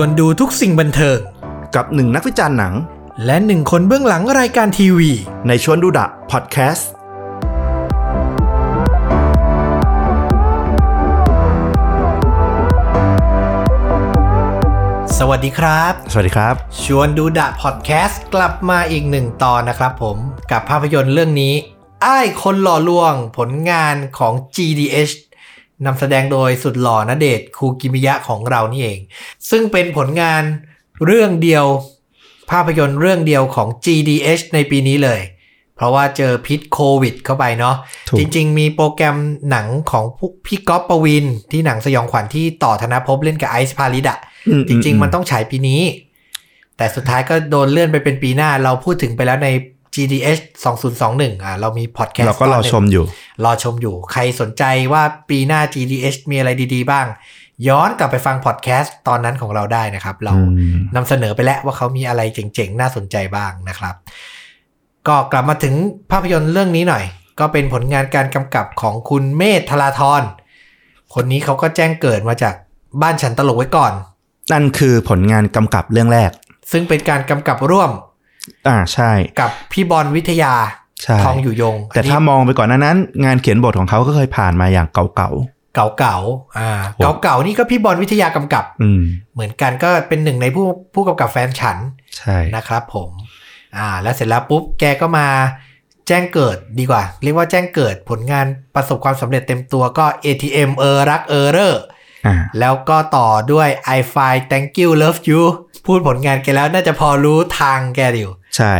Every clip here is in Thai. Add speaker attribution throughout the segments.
Speaker 1: วนดูทุกสิ่งบันเทิง
Speaker 2: กับหนึ่งนักวิจารณ์หนัง
Speaker 1: และหนึ่งคนเบื้องหลังรายการทีวี
Speaker 2: ในชวนดูดะพอดแคสต์
Speaker 1: สวัสดีครับ
Speaker 2: สวัสดีครับ
Speaker 1: ชวนดูดะพอดแคสต์กลับมาอีกหนึ่งตอนนะครับผมกับภาพยนตร์เรื่องนี้ อ้ายคนหล่อลวงผลงานของ GDH นำแสดงโดยสุดหล่อนะเดชน์คูกิมิยะของเรานี่เอง ซึ่งเป็นผลงานเรื่องเดียว ภาพยนตร์เรื่องเดียวของ GDH ในปีนี้เลย เพราะว่าเจอพิษโควิดเข้าไปเนาะ
Speaker 2: ถูก
Speaker 1: จริง ๆ มีโปรแกรมหนังของพวกพี่ก๊อฟปวิน ที่หนังสยองขวัญที่ต่อธนภพเล่นกับไอซ์พาลิดอะ
Speaker 2: อื
Speaker 1: จริง ๆ มัน
Speaker 2: อื
Speaker 1: ต้องฉายปีนี้ แต่สุดท้ายก็โดนเลื่อนไปเป็นปีหน้า เราพูดถึงไปแล้วใน GDH 2021 อ่ะ เรามีพอดแคสต์
Speaker 2: เราก็รอชมอยู่
Speaker 1: รอชมอยู่ ใครสนใจว่าปีหน้า GDH มีอะไรดี ๆ บ้าง ย้อนกลับไปฟังพอดแคสต์ตอนนั้นของเราได้นะครับ เรา นำเสนอไปแล้วว่าเขามีอะไรเจ๋งๆ น่าสนใจบ้างนะครับ ก็กลับมาถึงภาพยนตร์เรื่องนี้หน่อย ก็เป็นผลงานการกำกับของคุณเมธธราธรคนนี้เขาก็แจ้งเกิดมาจากบ้านฉันตลกไว้ก่อน
Speaker 2: นั่นคือผลงานกำกับเรื่องแรก
Speaker 1: ซึ่งเป็นการกำกับร่วม
Speaker 2: อ่าใช่
Speaker 1: กับพี่บอลวิทยา
Speaker 2: ใช่
Speaker 1: ทองอยู่ยง
Speaker 2: แต่ถ้ามองไปก่อนหน้านั้น งานเขียนบทของเขาก็เคยผ่านมาอย่างเก่า
Speaker 1: เก่าเก่าๆอ่า
Speaker 2: โอ้
Speaker 1: เก่าเก่าๆนี่ก็พี่บอลวิทยากำกับ
Speaker 2: ๆอืม
Speaker 1: เหมือนกันก็เป็นหนึ่งในผู้ผู้กำกับแฟนฉัน
Speaker 2: ใช่
Speaker 1: นะครับผม อ่า แล้วเสร็จแล้วปุ๊บ แกก็มาแจ้งเกิดดีกว่า เรียกว่าแจ้งเกิดผลงานประสบความสำเร็จเต็มตัวก็ ATM เออรักเออเรอ
Speaker 2: อ่า
Speaker 1: แล้วก็ต่อด้วย i f i Thank you love you พูดผลงานแกแล้วน่าจะพอรู้ทางแกอยู่
Speaker 2: ใช่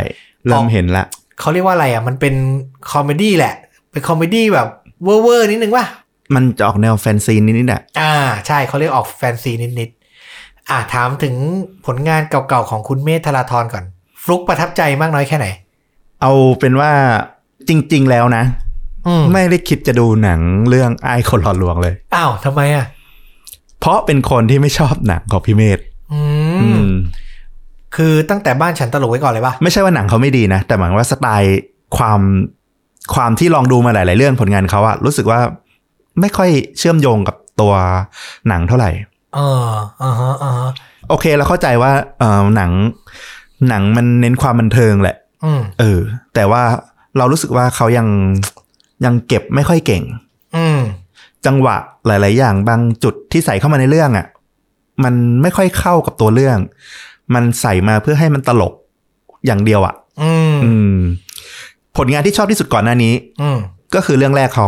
Speaker 2: เริ่มเห็นละ
Speaker 1: เขาเรียกว่าอะไรอ่ะ มันเป็นคอมเมดี้แหละ เป็นคอมเมดี้แบบเวอร์เวอร์ๆนิดนึงป่ะ
Speaker 2: มันจะออกแนวแฟนซีนิดๆแหละ
Speaker 1: อ่า ใช่เขาเรียกออกแฟนซีนิดๆ อ่าถามถึงผลงานเก่าๆของคุณเมธธราธรก่อน ฟลุกประทับใจมากน้อยแค่ไหน
Speaker 2: เอาเป็นว่าจริง ๆ แล้วนะ
Speaker 1: อืม
Speaker 2: ไม่ได้คิดจะดูหนังเรื่องไอ้ายคนหลอดลวงเลย
Speaker 1: อ้าวทำไมอ่ะ
Speaker 2: เพราะเป็นคนที่ไม่ชอบหนังของพี่เมธ
Speaker 1: อื
Speaker 2: อื
Speaker 1: ม
Speaker 2: ม
Speaker 1: คือตั้งแต่บ้านฉันตลกไว้ก่อนเลยปะ
Speaker 2: ไม่ใช่ว่าหนังเขาไม่ดีนะ แต่หมายว่าสไตล์ความความที่ลองดูมาหลาย ๆ เรื่องผลงานเขาอะรู้สึกว่าไม่ค่อยเชื่อมโยงกับตัวหนังเท่าไหร่
Speaker 1: เอออ่าฮะอ่าฮะ
Speaker 2: โอเคเราเข้าใจว่าเออหนังหนังมันเน้นความบันเทิงแหละ
Speaker 1: อืม
Speaker 2: เออ แต่ว่าเรารู้สึกว่าเขายังยังเก็บไม่ค่อยเก่ง
Speaker 1: อืม
Speaker 2: จังหวะหลาย ๆ อย่างบางจุดที่ใส่เข้ามาในเรื่องอะมันไม่ค่อยเข้ากับตัวเรื่อง มันใส่มาเพื่อให้มันตลกอย่างเดียวอะ
Speaker 1: อืม
Speaker 2: อืมผลงานที่ชอบที่สุดก่อนหน้านี้
Speaker 1: อืม
Speaker 2: ก็คือเรื่องแรกเขา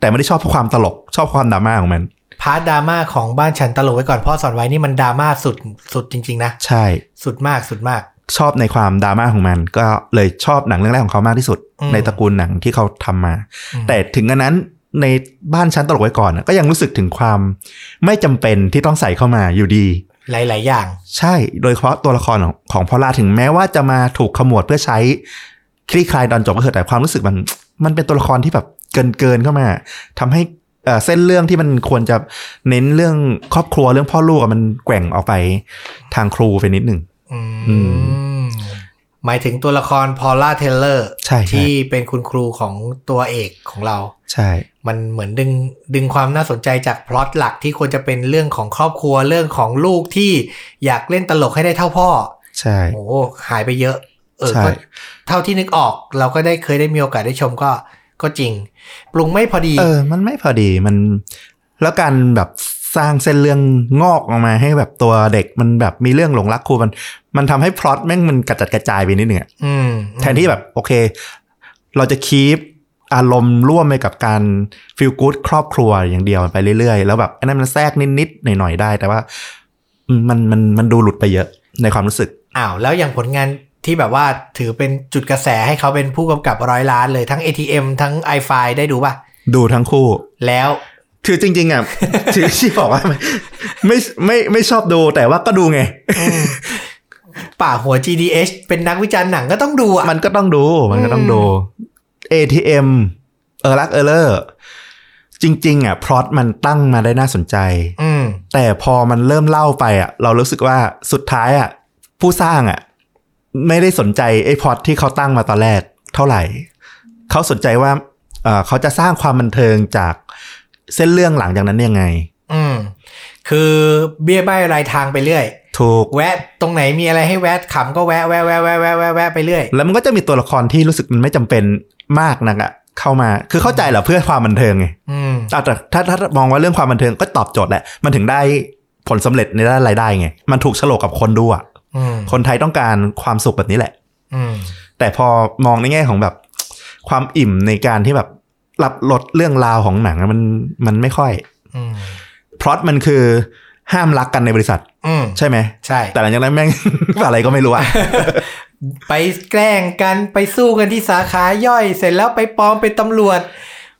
Speaker 2: แต่ไม่ได้ชอบเพราะความตลก ชอบความดราม่าของมัน
Speaker 1: พาร์ทดราม่าของบ้านฉันตลกไว้ก่อนพ่อสอนไว้นี่มันดราม่าสุดสุดจริง ๆ นะ
Speaker 2: ใช่
Speaker 1: สุดมากสุดมาก
Speaker 2: ชอบในความดราม่าของมัน ก็เลยชอบหนังเรื่องแรกของเขามากที่สุด
Speaker 1: อืม
Speaker 2: ในตระกูลหนังที่เขาทำมา
Speaker 1: อืม
Speaker 2: แต่ถึงกระนั้นในบ้านชั้นตลกไว้ก่อนน่ะก็ยังรู้สึกถึงความไม่จำเป็นที่ต้องใส่เข้ามาอยู่ดี
Speaker 1: หลาย ๆ อย่าง
Speaker 2: ใช่โดยเฉพาะตัวละครของของพอลลาถึงแม้ว่าจะมาถูกขมวดเพื่อใช้คลี่คลายตอนจบก็เถอะแต่ความรู้สึกมันมันเป็นตัวละครที่แบบเกินเกินเข้ามาทำให้เอ่อเส้นเรื่องที่มันควรจะเน้นเรื่องครอบครัวเรื่องพ่อลูกอะมันแกว่งออกไปทางครูไปนิดหนึ่ง
Speaker 1: อื
Speaker 2: อื
Speaker 1: ม หมายถึงตัวละครพอลล่าเทเลอร์
Speaker 2: ใช่ใช่
Speaker 1: ที่เป็นคุณครูของตัวเอกของเรา
Speaker 2: ใช่
Speaker 1: มันเหมือนดึงดึงความน่าสนใจจากพล็อตหลักที่ควรจะเป็นเรื่องของครอบครัวเรื่องของลูกที่อยากเล่นตลกให้ได้เท่าพ่อ
Speaker 2: ใช่
Speaker 1: โอ้โหหายไปเยอะ เออ
Speaker 2: ใช่
Speaker 1: ก็เท่าที่นึกออกเราก็ได้เคยได้มีโอกาสได้ชมก็ก็จริง ปรุงไม่พอดี
Speaker 2: เออ มันไม่พอดีมัน แล้วการแบบสร้างเส้นเรื่องงอกออกมาให้แบบตัวเด็กมันแบบมีเรื่องหลงรักครูมัน มันทำให้พล็อตแม่งมันกระจัดกระจายไปนิดหนึ่งอะ
Speaker 1: อืม
Speaker 2: แทนที่แบบโอเค เราจะคีปอารมณ์ร่วมไปกับการฟีลกู๊ดครอบครัวอย่างเดียวไปเรื่อยๆ แล้วแบบอันนั้นมันแทรกนิดๆ หน่อยๆ ได้ แต่ว่าอืมมันมันมันดูหลุดไปเยอะในความรู้สึก
Speaker 1: อ้าว แล้วอย่างผลงานที่แบบว่าถือเป็นจุดกระแสให้เขาเป็นผู้กำกับร้อยล้านเลยทั้ง ATM ทั้ง i f i ได้ดูป่ะ
Speaker 2: ดูทั้งคู่
Speaker 1: แล้ว
Speaker 2: คือจริง ๆ อ่ะ ที่ที่บอกว่าไม่ไม่ไม่ไม่ชอบดูแต่ว่าก็ดูไง
Speaker 1: ป่าหัว GDH เป็นนักวิจารณ์หนังก็ต้องดูอ่ะ
Speaker 2: มันก็ต้องดู มันก็ต้องดู ATM เออรักเออเลอร์จริง ๆ อ่ะพล็อตมันตั้งมาได้น่าสนใจ
Speaker 1: อืม
Speaker 2: แต่พอมันเริ่มเล่าไปอ่ะ เรารู้สึกว่าสุดท้ายอ่ะ ผู้สร้างอ่ะ ไม่ได้สนใจไอ้พล็อตที่เขาตั้งมาตอนแรกเท่าไหร่ เขาสนใจว่าเอ่อเขาจะสร้างความบันเทิงจากเส้นเรื่องหลังจากนั้นยังไง
Speaker 1: อืม คือเบี้ยใบ้รายทางไปเรื่อย
Speaker 2: ถูก
Speaker 1: แวะตรงไหนมีอะไรให้แวะขำก็แวะแวะแวะแวะแวะแวะแวะไปเรื่อย
Speaker 2: แล้วมันก็จะมีตัวละครที่รู้สึกมันไม่จำเป็นมากนักอะเข้ามาคือเข้าใจแหละเพื่อความบันเทิงไง
Speaker 1: อืม
Speaker 2: แต่ถ้าถ้าถ้ามองว่าเรื่องความบันเทิงก็ตอบโจทย์แหละ มันถึงได้ผลสำเร็จในด้านรายได้ไงมันถูกฉลกกับคนดูอะ
Speaker 1: อืม
Speaker 2: คนไทยต้องการความสุขแบบนี้แหละ
Speaker 1: อืม
Speaker 2: แต่พอมองในแง่ของแบบ ความอิ่มในการที่แบบรับรสเรื่องราวของหนังอะมันมันไม่ค่อย
Speaker 1: อืม
Speaker 2: พล็อตมันคือห้ามรักกันในบริษัท
Speaker 1: อืม
Speaker 2: ใช่ไหม
Speaker 1: ใช่
Speaker 2: แต่หลังจากนั้นแม่ง อะไรก็ไม่รู้อะ
Speaker 1: ไปแกล้งกันไปสู้กันที่สาขาย่อย เสร็จแล้วไปปลอมเป็นตำรวจ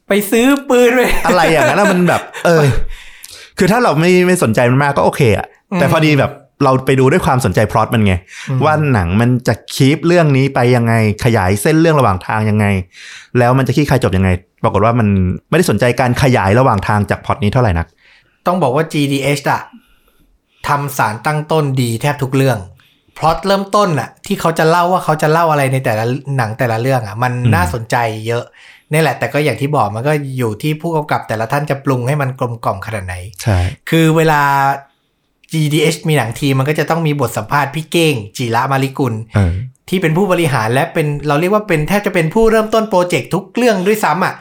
Speaker 1: ไปซื้อปืนเลย
Speaker 2: อะไรอย่างนั้นอะมันแบบ เออ คือถ้าเราไม่ไม่สนใจมันมากก็โอเคอะ
Speaker 1: อืม
Speaker 2: แต่พอดีแบบเราไปดูด้วยความสนใจพล็อตมันไง ว่าหนังมันจะคีปเรื่องนี้ไปยังไงขยายเส้นเรื่องระหว่างทางยังไง แล้วมันจะขี้คายจบยังไง ปรากฏว่ามันไม่ได้สนใจการขยายระหว่างทางจากพล็อตนี้เท่าไหร่นัก
Speaker 1: ต้องบอกว่า GDH อะทำสารตั้งต้นดีแทบทุกเรื่องพล็อตเริ่มต้นอะที่เขาจะเล่าว่าเขาจะเล่าอะไรในแต่ละหนังแต่ละเรื่องอะมัน
Speaker 2: อืม
Speaker 1: น่าสนใจเยอะนี่แหละ แต่ก็อย่างที่บอกมันก็อยู่ที่ผู้กำกับแต่ละท่านจะปรุงให้มันกลมกล่อมขนาดไหน
Speaker 2: ใช่
Speaker 1: คือเวลา GDH มีหนังทีมันก็จะต้องมีบทสัมภาษณ์พี่เก้ง จิระมาริกุล
Speaker 2: เออ
Speaker 1: ที่เป็นผู้บริหารและเป็นเราเรียกว่าเป็นแทบจะเป็นผู้เริ่มต้นโปรเจกต์ทุกเรื่องด้วยซ้ำอ่ะ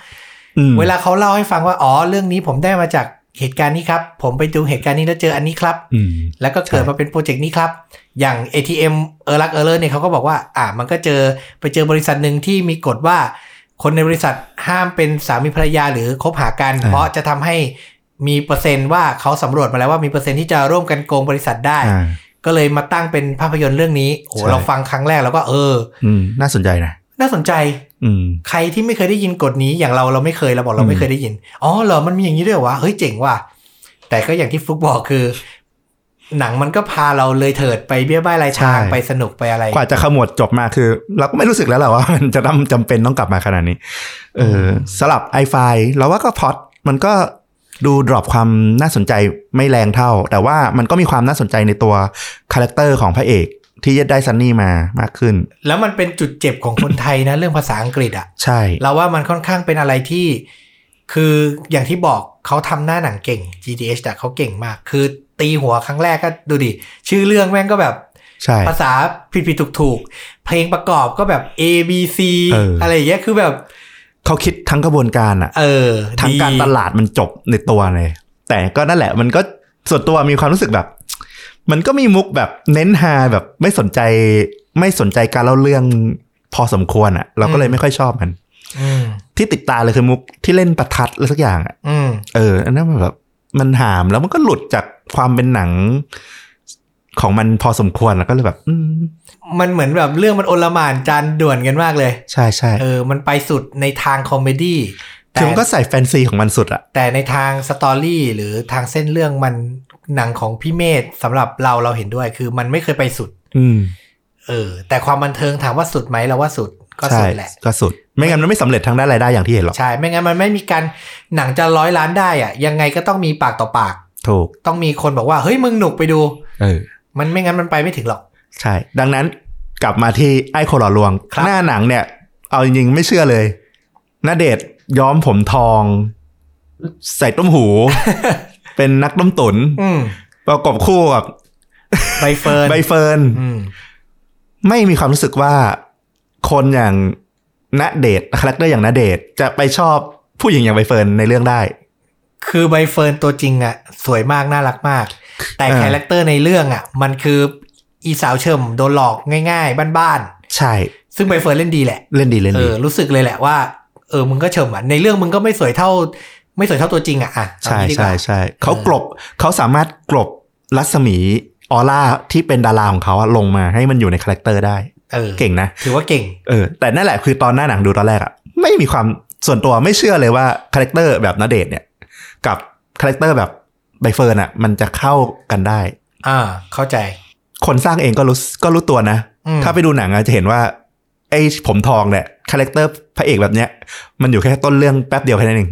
Speaker 2: อืม
Speaker 1: เวลาเขาเล่าให้ฟังว่า อ๋อ เรื่องนี้ผมได้มาจากเหตุการณ์นี้ครับ ผมไปดูเหตุการณ์นี้แล้วเจออันนี้ครับ
Speaker 2: อืม
Speaker 1: แล้วก็เกิดมาเป็นโปรเจกต์นี้ครับ อย่าง ATM เออรักเออเลอร์เนี่ยเขาก็บอกว่า อ่า มันก็เจอไปเจอบริษัทหนึ่งที่มีกฎว่า คนในบริษัทห้ามเป็นสามีภรรยาหรือคบหากัน
Speaker 2: อ่า
Speaker 1: เพราะจะทำให้มีเปอร์เซ็นต์ว่าเขาสำรวจมาแล้วว่ามีเปอร์เซ็นต์ที่จะร่วมกันโกงบริษัทได้
Speaker 2: อ่า
Speaker 1: ก็เลยมาตั้งเป็นภาพยนตร์เรื่องนี้โอ้โห
Speaker 2: ใช่
Speaker 1: เราฟังครั้งแรกแล้วก็เออ
Speaker 2: อืมน่าสนใจนะ
Speaker 1: น่าสนใจ
Speaker 2: อืม
Speaker 1: ใครที่ไม่เคยได้ยินกฎนี้อย่างเราเราไม่เคยเราบอกเรา
Speaker 2: อืม
Speaker 1: ไม่เคยได้ยิน อ๋อเหรอมันมีอย่างนี้ด้วยเหรอวะเฮ้ยเจ๋งว่ะแต่ก็อย่างที่ฟลุกบอกคือ หนังมันก็พาเราเลยเถิดไปเบี้ยบ้ายรายทางไปสนุกไปอะไร
Speaker 2: กว่าจะขมวดจบมาคือ เราก็ไม่รู้สึกแล้วแหละ ว่า มันจะต้องจำเป็นต้องกลับมาขนาดนี้ เออสลับ i f i เราว่าก็พล็อตมันก็ดูดรอปความน่าสนใจไม่แรงเท่า แต่ว่ามันก็มีความน่าสนใจในตัวคาแรคเตอร์ของพระเอก ที่ยึดได้ซันนี่มามากขึ้น
Speaker 1: แล้วมันเป็นจุดเจ็บของคนไทยนะ เรื่องภาษาอังกฤษอะ
Speaker 2: ใช่
Speaker 1: เราว่ามันค่อนข้างเป็นอะไรที่ คืออย่างที่บอกเขาทำหน้าหนังเก่ง GDH แต่เขาเก่งมาก คือตีหัวครั้งแรกก็ดูดิชื่อเรื่องแม่งก็แบบ
Speaker 2: ใช่
Speaker 1: ภาษาผิดผิดถูกถูกๆ เพลงประกอบก็แบบ A B C
Speaker 2: เอออ
Speaker 1: อะไรอย่างเงี้ยคือแบบ
Speaker 2: เขาคิดทั้งกระบวนการอะ
Speaker 1: เออ
Speaker 2: ทั้ง
Speaker 1: ดี
Speaker 2: การตลาดมันจบในตัวเลย แต่ก็นั่นแหละ มันก็ส่วนตัวมีความรู้สึกแบบ มันก็มีมุกแบบเน้นฮาแบบไม่สนใจไม่สนใจการเล่าเรื่องพอสมควรอะเราก็เลยไม่ค่อยชอบมัน
Speaker 1: อืม
Speaker 2: ที่ติดตาเลยคือมุกที่เล่นประทัดอะไรสักอย่างอะ
Speaker 1: อืม
Speaker 2: เออ อันนั้นมันแบบมันหามแล้วมันก็หลุดจากความเป็นหนัง ของมันพอสมควรแล้วก็เลยแบบ อืม
Speaker 1: มันเหมือนแบบเรื่องมันโอลหมานจานด่วนกันมากเลย
Speaker 2: ใช่ใช่
Speaker 1: เออ มันไปสุดในทางคอมเมดี้แต่
Speaker 2: คือมันก็ใส่แฟนซีของมันสุดอะ
Speaker 1: แต่ในทางสตอรี่หรือทางเส้นเรื่องมันหนังของพี่เมธสำหรับเราเราเห็นด้วย คือมันไม่เคยไปสุด
Speaker 2: อืม
Speaker 1: เออ แต่ความบันเทิงถามว่าสุดไหมเราว่าสุดก็สุ
Speaker 2: ใช่
Speaker 1: ดแหละ
Speaker 2: ก็สุด ไม่งั้นมันไม่สำเร็จทางด้านรายได้อย่างที่เห็นหรอก
Speaker 1: ใช่ไม่งั้นมันไม่มีการหนังจะร้อยล้านได้อะยังไงก็ต้องมีปากต่อปาก
Speaker 2: ถูก
Speaker 1: ต้องมีคนบอกว่า เฮ้ย มึงหนุกไปดู
Speaker 2: เออ
Speaker 1: มันไม่งั้นมันไปไม่ถึงหรอก
Speaker 2: ใช่ ดังนั้นกลับมาที่ไอ้โคหลอลวง
Speaker 1: ครับ
Speaker 2: หน้าหนังเนี่ย เอาจริงๆไม่เชื่อเลยนาเดชน์ย้อมผมทอง ใส่ต้มหู เป็นนักต้มตุน
Speaker 1: อืม
Speaker 2: ประกอบคู่กับ
Speaker 1: ใบเฟิร์น
Speaker 2: ใบเฟิร์น
Speaker 1: อืม
Speaker 2: ไม่มีความรู้สึกว่าคนอย่างณเดชน์คาแรคเตอร์อย่างณเดชน์จะไปชอบผู้หญิงอย่างใบเฟิร์นในเรื่องได้
Speaker 1: คือใบเฟิร์นตัวจริงอะสวยมากน่ารักมาก แต่
Speaker 2: เออ
Speaker 1: คาแรคเตอร์ในเรื่องอะมันคืออีสาวเฉิมโดนหลอกง่าย ๆ บ้าน
Speaker 2: ใช่
Speaker 1: ๆ ซึ่งใบเฟิร์นเล่นดีแหละ
Speaker 2: เล่นดีเล่น
Speaker 1: เอ
Speaker 2: ดี
Speaker 1: อ รู้สึกเลยแหละว่า เออ มึงก็เฉิมอะในเรื่องมึงก็ไม่สวยเท่า ไม่สวยเท่าตัวจริงอะอะ
Speaker 2: ใช่
Speaker 1: เอางี้ดีก
Speaker 2: ใช่
Speaker 1: ว่า
Speaker 2: ใช่เขากลบเขาสามารถกลบรัศมีออร่าที่เป็นดาราของเขาอะลงมาให้มันอยู่ในคาแรคเตอร์ได้
Speaker 1: เออ
Speaker 2: เก่งนะ
Speaker 1: ถือว่าเก่ง
Speaker 2: เออแต่นั่นแหละคือตอนหน้าหนังดูตอนแรกอะไม่มีความส่วนตัวไม่เชื่อเลยว่าคาแรคเตอร์แบบณเดชน์เนี่ยกับคาแรคเตอร์แบบใบเฟิร์นอะมันจะเข้ากันได้
Speaker 1: อ่า เข้าใจ
Speaker 2: คนสร้างเองก็รู้ก็รู้ตัวนะ
Speaker 1: อืม
Speaker 2: ถ้าไปดูหนังอะจะเห็นว่าไอ้ผมทองเนี่ยคาแรคเตอร์พระเอกแบบเนี้ย มันอยู่แค่ต้นเรื่องแป๊บเดียวแค่นั้นเอง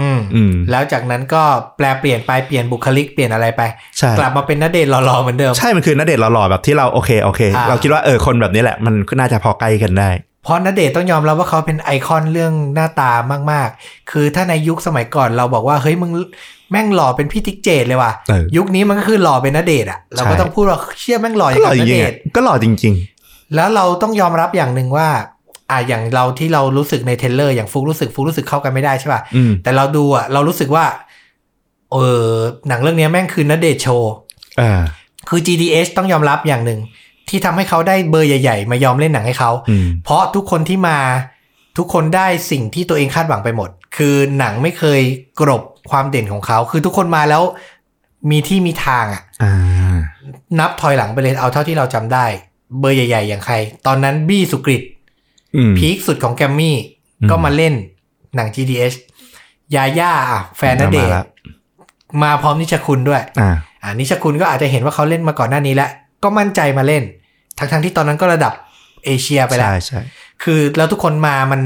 Speaker 1: อืม
Speaker 2: อืม
Speaker 1: แล้วจากนั้นก็แปลเปลี่ยนไปเปลี่ยนบุคลิกเปลี่ยนอะไรไป
Speaker 2: ใช่
Speaker 1: กลับมาเป็นนเดชน์หล่อๆเหมือนเดิม
Speaker 2: ใช่มันคือณเดชน์หล่อๆแบบที่เราโอเคโอเค
Speaker 1: อ่า
Speaker 2: เราคิดว่าเออคนแบบนี้แหละมันก็น่าจะพอใกล้กันได้
Speaker 1: เพราะนเดชน์ต้องยอมรับว่าเขาเป็นไอคอนเรื่องหน้าตามากๆ คือถ้าในยุคสมัยก่อนเราบอกว่าเฮ้ยมึงแม่งหล่อเป็นพี่ติ๊กเจดเลยว่ะ
Speaker 2: เออ
Speaker 1: ยุคนี้มันก็คือหล่อเป็นนเดชน์อะเราก็
Speaker 2: ใช่
Speaker 1: ต้องพูดว่าเชี่ยแม่งหล่ออ
Speaker 2: ก็
Speaker 1: ย่าง
Speaker 2: หล่
Speaker 1: กั
Speaker 2: อ
Speaker 1: บ
Speaker 2: จ
Speaker 1: น
Speaker 2: ริง
Speaker 1: เด
Speaker 2: ๆ
Speaker 1: ช
Speaker 2: อะ
Speaker 1: น์
Speaker 2: ก็หล่อจริง
Speaker 1: แล้วเราต้องยอมรับอย่างหนึ่งว่า อ่ะอย่างเราที่เรารู้สึกในเทรลเลอร์อย่างฟุกรู้สึกฟุกรู้สึกเข้ากันไม่ได้ใช่ป่ะ
Speaker 2: ๆ อืม
Speaker 1: แต่เราดูอ่ะเรารู้สึกว่า เออหนังเรื่องเนี้ยแม่งคือนเดชน์โชว์
Speaker 2: อ่า
Speaker 1: คือ GDH ต้องยอมรับอย่างหนึ่ง ที่ทำให้เขาได้เบอร์ใหญ่ ๆ มายอมเล่นหนังให้เขา
Speaker 2: อืม
Speaker 1: เพราะทุกคนที่มาทุกคนได้สิ่งที่ตัวเองคาดหวังไปหมด คือหนังไม่เคยกรบความเด่นของเขา คือทุกคนมาแล้วมีที่มีทางอะ
Speaker 2: อ่า
Speaker 1: นับถอยหลังไปเลยเอาเท่าที่เราจำได้ เบอร์ใหญ่ ๆ อย่างใคร ตอนนั้นบี้สุกริต
Speaker 2: อืม
Speaker 1: พีคสุดของแกรมมี่
Speaker 2: อืม
Speaker 1: ก็มาเล่นหนัง GDH ยาย่าอ่ะแฟนนเดช
Speaker 2: มา
Speaker 1: น์
Speaker 2: ละ
Speaker 1: มาพร้อมนิชคุณด้วย
Speaker 2: อ่า
Speaker 1: อ่านิชคุณก็อาจจะเห็นว่าเขาเล่นมาก่อนหน้านี้แล้ว ก็มั่นใจมาเล่น ทั้งๆที่ตอนนั้นก็ระดับเอเชียไปแล้ว
Speaker 2: ใช่ใช่
Speaker 1: คือแล้วทุกคนมามัน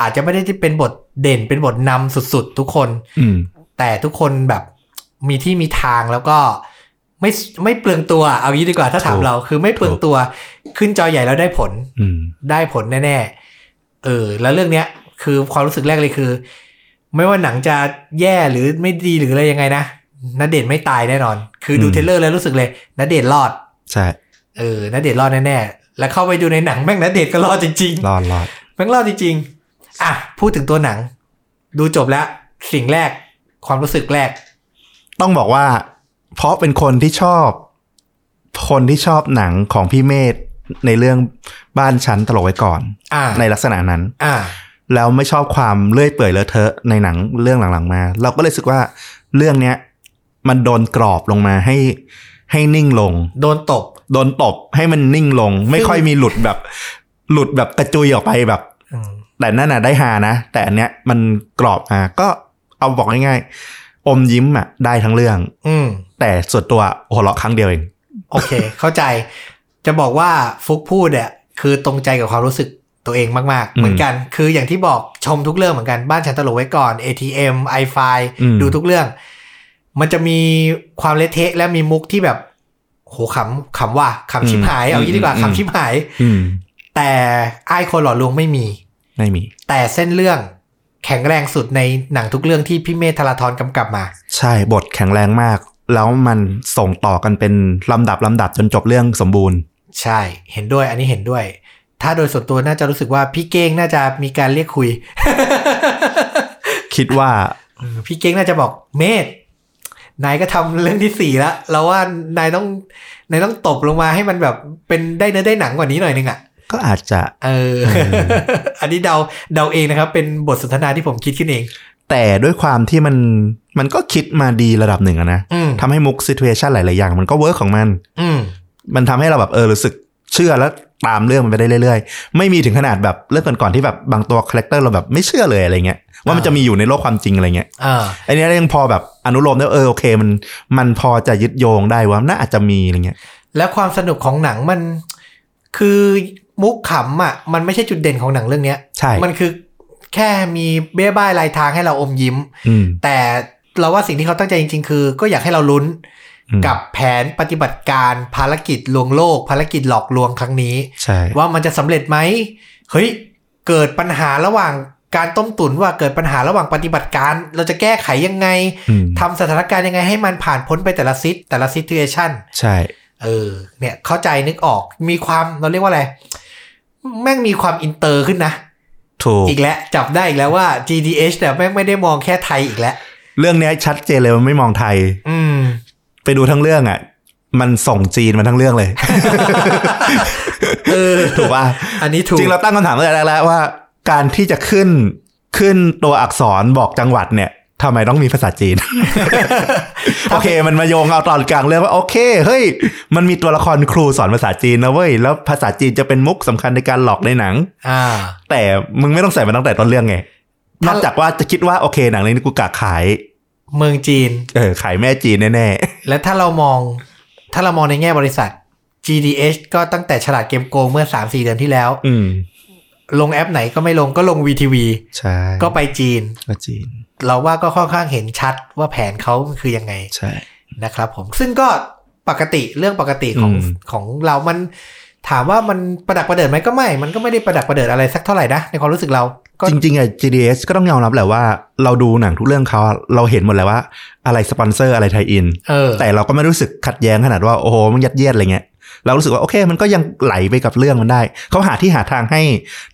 Speaker 1: อาจจะไม่ได้เป็นบทเด่นเป็นบทนำสุดๆ ทุกคน
Speaker 2: อืม
Speaker 1: แต่ทุกคนแบบมีที่มีทางแล้วก็ไม่ไม่เปลืองตัวเอางี้ดีกว่าถ้าถาม
Speaker 2: ถูก
Speaker 1: เราคือไม่เปลืองตัวขึ้นจอใหญ่แล้วได้ผล
Speaker 2: อืม
Speaker 1: ได้ผลแน่ๆเออแล้วเรื่องเนี้ย คือความรู้สึกแรกเลยคือ ไม่ว่าหนังจะแย่หรือไม่ดีหรืออะไรยังไงนะนาเดชน์ไม่ตายแน่นอน คือดู
Speaker 2: อืม
Speaker 1: เทรลเลอร์แล้วรู้สึกเลยนาเดชน์รอด
Speaker 2: ใช่
Speaker 1: เออนาเดชน์รอดแน่ๆแล้วเข้าไปดูในหนังแม่งนาเดชน์ก็รอดจริง
Speaker 2: รอดรอด
Speaker 1: ๆแม่งรอดจริงๆอ่ะพูดถึงตัวหนัง ดูจบแล้วสิ่งแรกความรู้สึกแรก
Speaker 2: ต้องบอกว่า เพราะเป็นคนที่ชอบ คนที่ชอบหนังของพี่เมธในเรื่องบ้านชั้นตลกไว้ก่อน
Speaker 1: อ่า
Speaker 2: ในลักษณะนั้น
Speaker 1: อ่า
Speaker 2: แล้วไม่ชอบความเลื่อยเปื่อยเลอะเทอะในหนังเรื่องหลังๆมา เราก็เลยรู้สึกว่าเรื่องเนี้ย มันโดนกรอบลงมาให้ให้นิ่งลง
Speaker 1: โดนตบ
Speaker 2: โดนตบให้มันนิ่งลง ไม่ค่อยมีหลุดแบบ หลุดแบบกระจุยออกไปแบบ
Speaker 1: อืม
Speaker 2: แต่นั่นน่ะได้ฮานะ แต่อันเนี้ยมันกรอบมาก็เอาบอกง่ายๆ อมยิ้มอ่ะได้ทั้งเรื่อง
Speaker 1: อืม
Speaker 2: แต่ส่วนตัวหัวเราะครั้งเดียวเอง
Speaker 1: โอ เค เข้าใจ จะบอกว่าฟุกพูดเนี่ยคือตรงใจกับความรู้สึกตัวเองมากๆ
Speaker 2: อืม
Speaker 1: เหมือนกัน คืออย่างที่บอกชมทุกเรื่องเหมือนกัน บ้านฉันตลกไว้ก่อน ATM iFi
Speaker 2: อืม
Speaker 1: ดูทุกเรื่อง มันจะมีความเละเทะและมีมุกที่แบบ โหขำขำว่ะขำชิบหาย เอางี้ดีกว่าขำชิบหาย
Speaker 2: อืม
Speaker 1: แต่ไอ้คนหล่อลวงไม่มี
Speaker 2: ไม่มี
Speaker 1: แต่เส้นเรื่องแข็งแรงสุดในหนังทุกเรื่องที่พี่เมธธาราธรกำกับมา
Speaker 2: ใช่บทแข็งแรงมาก แล้วมันส่งต่อกันเป็นลำดับลำดับจนจบเรื่องสมบูรณ์
Speaker 1: ใช่ เห็นด้วย อันนี้เห็นด้วย ถ้าโดยส่วนตัวน่าจะรู้สึกว่าพี่เก้งน่าจะมีการเรียกคุย
Speaker 2: คิดว่า
Speaker 1: พี่เก้งน่าจะบอกเมธนายก็ทำเรื่องที่สี่แล้ว เราว่านายต้องนายต้องตบลงมาให้มันแบบเป็นได้เนื้อได้หนังกว่านี้หน่อยนึงอ่ะ
Speaker 2: ก็อาจจะ
Speaker 1: เออ อันนี้เดาเดาเองนะครับ เป็นบทสนทนาที่ผมคิดขึ้นเอง
Speaker 2: แต่ด้วยความที่มันมันก็คิดมาดีระดับหนึ่งอะนะ
Speaker 1: อืม
Speaker 2: ทำให้มุกซิทูเอชันหลาย ๆ อย่าง มันก็เวิร์กของมัน
Speaker 1: อืม
Speaker 2: มันทำให้เราแบบเออรู้สึกเชื่อแล้วตามเรื่องมันไปได้เรื่อย ๆ ไม่มีถึงขนาดแบบเรื่องก่อนๆที่แบบบางตัวคาแรคเตอร์เราแบบไม่เชื่อเลยอะไรเงี้ยว่ามันจะมีอยู่ในโลกความจริงอะไรเงี้ย
Speaker 1: อ่า
Speaker 2: อันนี้เรายังพอแบบอนุโลมได้ว่าเออโอเคมันมันพอจะยึดโยงได้ว่าน่าอาจจะมีอะไรเงี้ย
Speaker 1: และความสนุกของหนังมัน คือมุกขำอ่ะ มันไม่ใช่จุดเด่นของหนังเรื่องเนี้ย
Speaker 2: ใช่
Speaker 1: มันคือแค่มีเบี้ยบ้ายลายทางให้เราอมยิ้ม
Speaker 2: อืม
Speaker 1: แต่เราว่าสิ่งที่เขาตั้งใจจริง ๆ คือ ก็อยากให้เราลุ้น
Speaker 2: อืม
Speaker 1: กับแผนปฏิบัติการภารกิจลวงโลก ภารกิจหลอกลวงครั้งนี้
Speaker 2: ใช่
Speaker 1: ว่ามันจะสำเร็จไหมเฮ้ยเกิดปัญหาระหว่างการต้มตุ๋นว่าเกิดปัญหาระหว่างปฏิบัติการ เราจะแก้ไขยังไง
Speaker 2: อืม
Speaker 1: ทำสถานการณ์ยังไงให้มันผ่านพ้นไปแต่ละซิตแต่ละซิทูเอชั่น
Speaker 2: ใช่
Speaker 1: เออ เนี่ยเข้าใจนึกออกมีความเราเรียกว่าอะไร แม่งมีความอินเตอร์ขึ้นนะ
Speaker 2: ถูก
Speaker 1: อีกแล้วจับได้อีกแล้วว่า GDH เนี่ยแม่งไม่ได้มองแค่ไทยอีกแล้ว
Speaker 2: เรื่องเนี้ยชัดเจนเลยมันไม่มองไทย
Speaker 1: อืม
Speaker 2: ไปดูทั้งเรื่องอ่ะ มันส่งจีนมาทั้งเรื่องเลย
Speaker 1: เออ
Speaker 2: ถูกป่ะ
Speaker 1: อันนี้ถูก
Speaker 2: จริงเราตั้งคำถามตั้งแต่แรกแล้วว่า การที่จะขึ้นขึ้นตัวอักษรบอกจังหวัดเนี่ยทำไมต้องมีภาษาจี น โอเค มันมาโยงเอาตอนกลางเรื่องว่าโอเคเฮ้ย มันมีตัวละครครูสอนภาษาจีนนะเว้ยแล้วภาษาจีนจะเป็นมุกสำคัญในการหลอกในหนัง
Speaker 1: อ่า
Speaker 2: แต่มึงไม่ต้องใส่มันตั้งแต่ต้นเรื่องไงน
Speaker 1: ถ้า
Speaker 2: อกจากว่าจะคิดว่าโอเคหนังเรื่องนี้กูกะขาย
Speaker 1: เมืองจีน
Speaker 2: เออขายแม่จีนแน่
Speaker 1: และถ้าเรามอง ถ้าเรามองในแง่บริษัท GDH ก็ตั้งแต่ฉลาดเกมโกงเมื่อ 3-4 เดือนที่แล้ว
Speaker 2: ๆอืม
Speaker 1: ลงแอปไหนก็ไม่ลงก็ลง VTV
Speaker 2: ใช่
Speaker 1: ก็ไปจีน
Speaker 2: ก็จีน
Speaker 1: เราว่าก็ค่อนข้างเห็นชัดว่าแผนเขาคือยังไง
Speaker 2: ใช่
Speaker 1: นะครับผมซึ่งก็ปกติเรื่องปกติของ
Speaker 2: อืม
Speaker 1: ของเรามัน ถามว่ามันประดักประเดิดไหมก็ไม่ มันก็ไม่ได้ประดักประเดิดอะไรสักเท่าไหร่นะในความรู้สึกเราก็
Speaker 2: จริงๆอะ GDS ก็ต้องยอมรับแหละว่าเราดูหนังทุกเรื่องเขาอะเราเห็นหมดแล้วว่า อะไรสปอนเซอร์อะไรไทยอิน
Speaker 1: เออ
Speaker 2: แต่เราก็ไม่รู้สึกขัดแย้งขนาดว่า โอ้โหมันยัดเยียดอะไรเงี้ย เรารู้สึกว่า โอเคมันก็ยังไหลไปกับเรื่องมันได้ เขาหาที่หาทางให้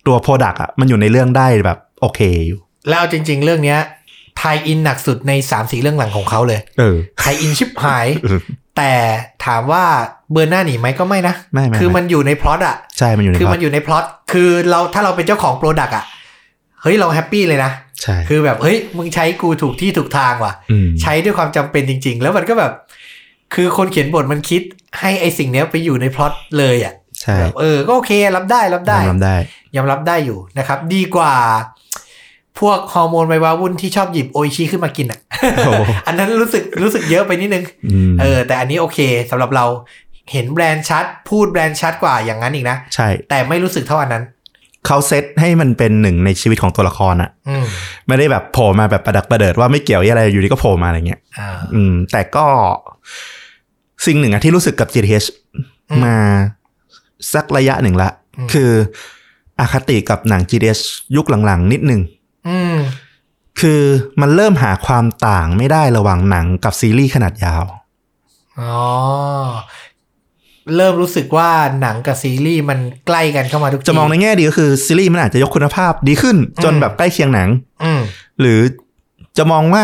Speaker 2: ตัวโปรดักต์อะมันอยู่ในเรื่องได้แบบ โอเคอยู่
Speaker 1: แล้วเอาจริง ๆ เรื่องเนี้ยไทยอินหนักสุดใน3ามสี่เรื่องหลังของเขาเลย
Speaker 2: เออ
Speaker 1: ไทยอินชิบ หาย
Speaker 2: เออ
Speaker 1: แต่ถามว่าเบือนหน้าหนีไหมก็ไม่นะ
Speaker 2: ไม่ไม่
Speaker 1: คือมันอยู่ในพล็อตอะ
Speaker 2: ใช่มันอยู่ใน
Speaker 1: คือ
Speaker 2: พล็อ
Speaker 1: มั
Speaker 2: ต
Speaker 1: นอยู่ในพล็อต คือเราถ้าเราเป็นเจ้าของโปรดักต์อ่ะ เฮ้ยเราแฮปปี้เลยนะ
Speaker 2: ใช่
Speaker 1: คือแบบเฮ้ยมึงใช้กูถูกที่ถูกทางว่ะ
Speaker 2: ม
Speaker 1: ใช้ด้วยความจำเป็นจริง ๆ แล้วมันก็แบบ คือคนเขียนบทมันคิดให้ไอสิ่งเนี้ยไปอยู่ในพล็อตเลยอ่ะ
Speaker 2: ใช่
Speaker 1: แบบเออ ก็โอเครับได้รับได้
Speaker 2: ยอมรับได้
Speaker 1: ยอมรับได้อยู่นะครับ ดีกว่า พวกฮอร์โมนไววาวุ่นที่ชอบหยิบโออิชิขึ้นมากินอ่ะ
Speaker 2: โอ้โห
Speaker 1: อันนั้นรู้สึกรู้สึกเยอะไปนิดนึง
Speaker 2: อืม
Speaker 1: เออ แต่อันนี้โอเคสำหรับเราเห็นแบรนด์ชัด พูดแบรนด์ชัดกว่าอย่างนั้นอีกนะ
Speaker 2: ใช่
Speaker 1: แต่ไม่รู้สึกเท่าอันนั้น
Speaker 2: เขาเซตให้มันเป็นหนึ่งในชีวิตของตัวละครอะ
Speaker 1: อืม
Speaker 2: ไม่ได้แบบโผล่มาแบบประดักประเดิดว่าไม่เกี่ยวอะไรอยู่ดีก็โผล่มาอะไรเงี้ย
Speaker 1: อ่า
Speaker 2: อืมแต่ก็สิ่งหนึ่งอะที่รู้สึกกับ GTH
Speaker 1: อืม
Speaker 2: มาสักระยะหนึ่งละ
Speaker 1: อืม
Speaker 2: คืออคติกับหนัง GTH ยุคหลังๆ นิดหนึ่ง
Speaker 1: อืม
Speaker 2: คือมันเริ่มหาความต่างไม่ได้ระหว่างหนังกับซีรีส์ขนาดยาว
Speaker 1: อ๋อ เริ่มรู้สึกว่าหนังกับซีรีส์มันใกล้กันเข้ามาทุกที
Speaker 2: จะมองในแง่ดีก็คือซีรีส์มันอาจจะยกคุณภาพดีขึ้น
Speaker 1: อืม
Speaker 2: จนแบบใกล้เคียงหนัง
Speaker 1: อืม
Speaker 2: หรือจะมองว่า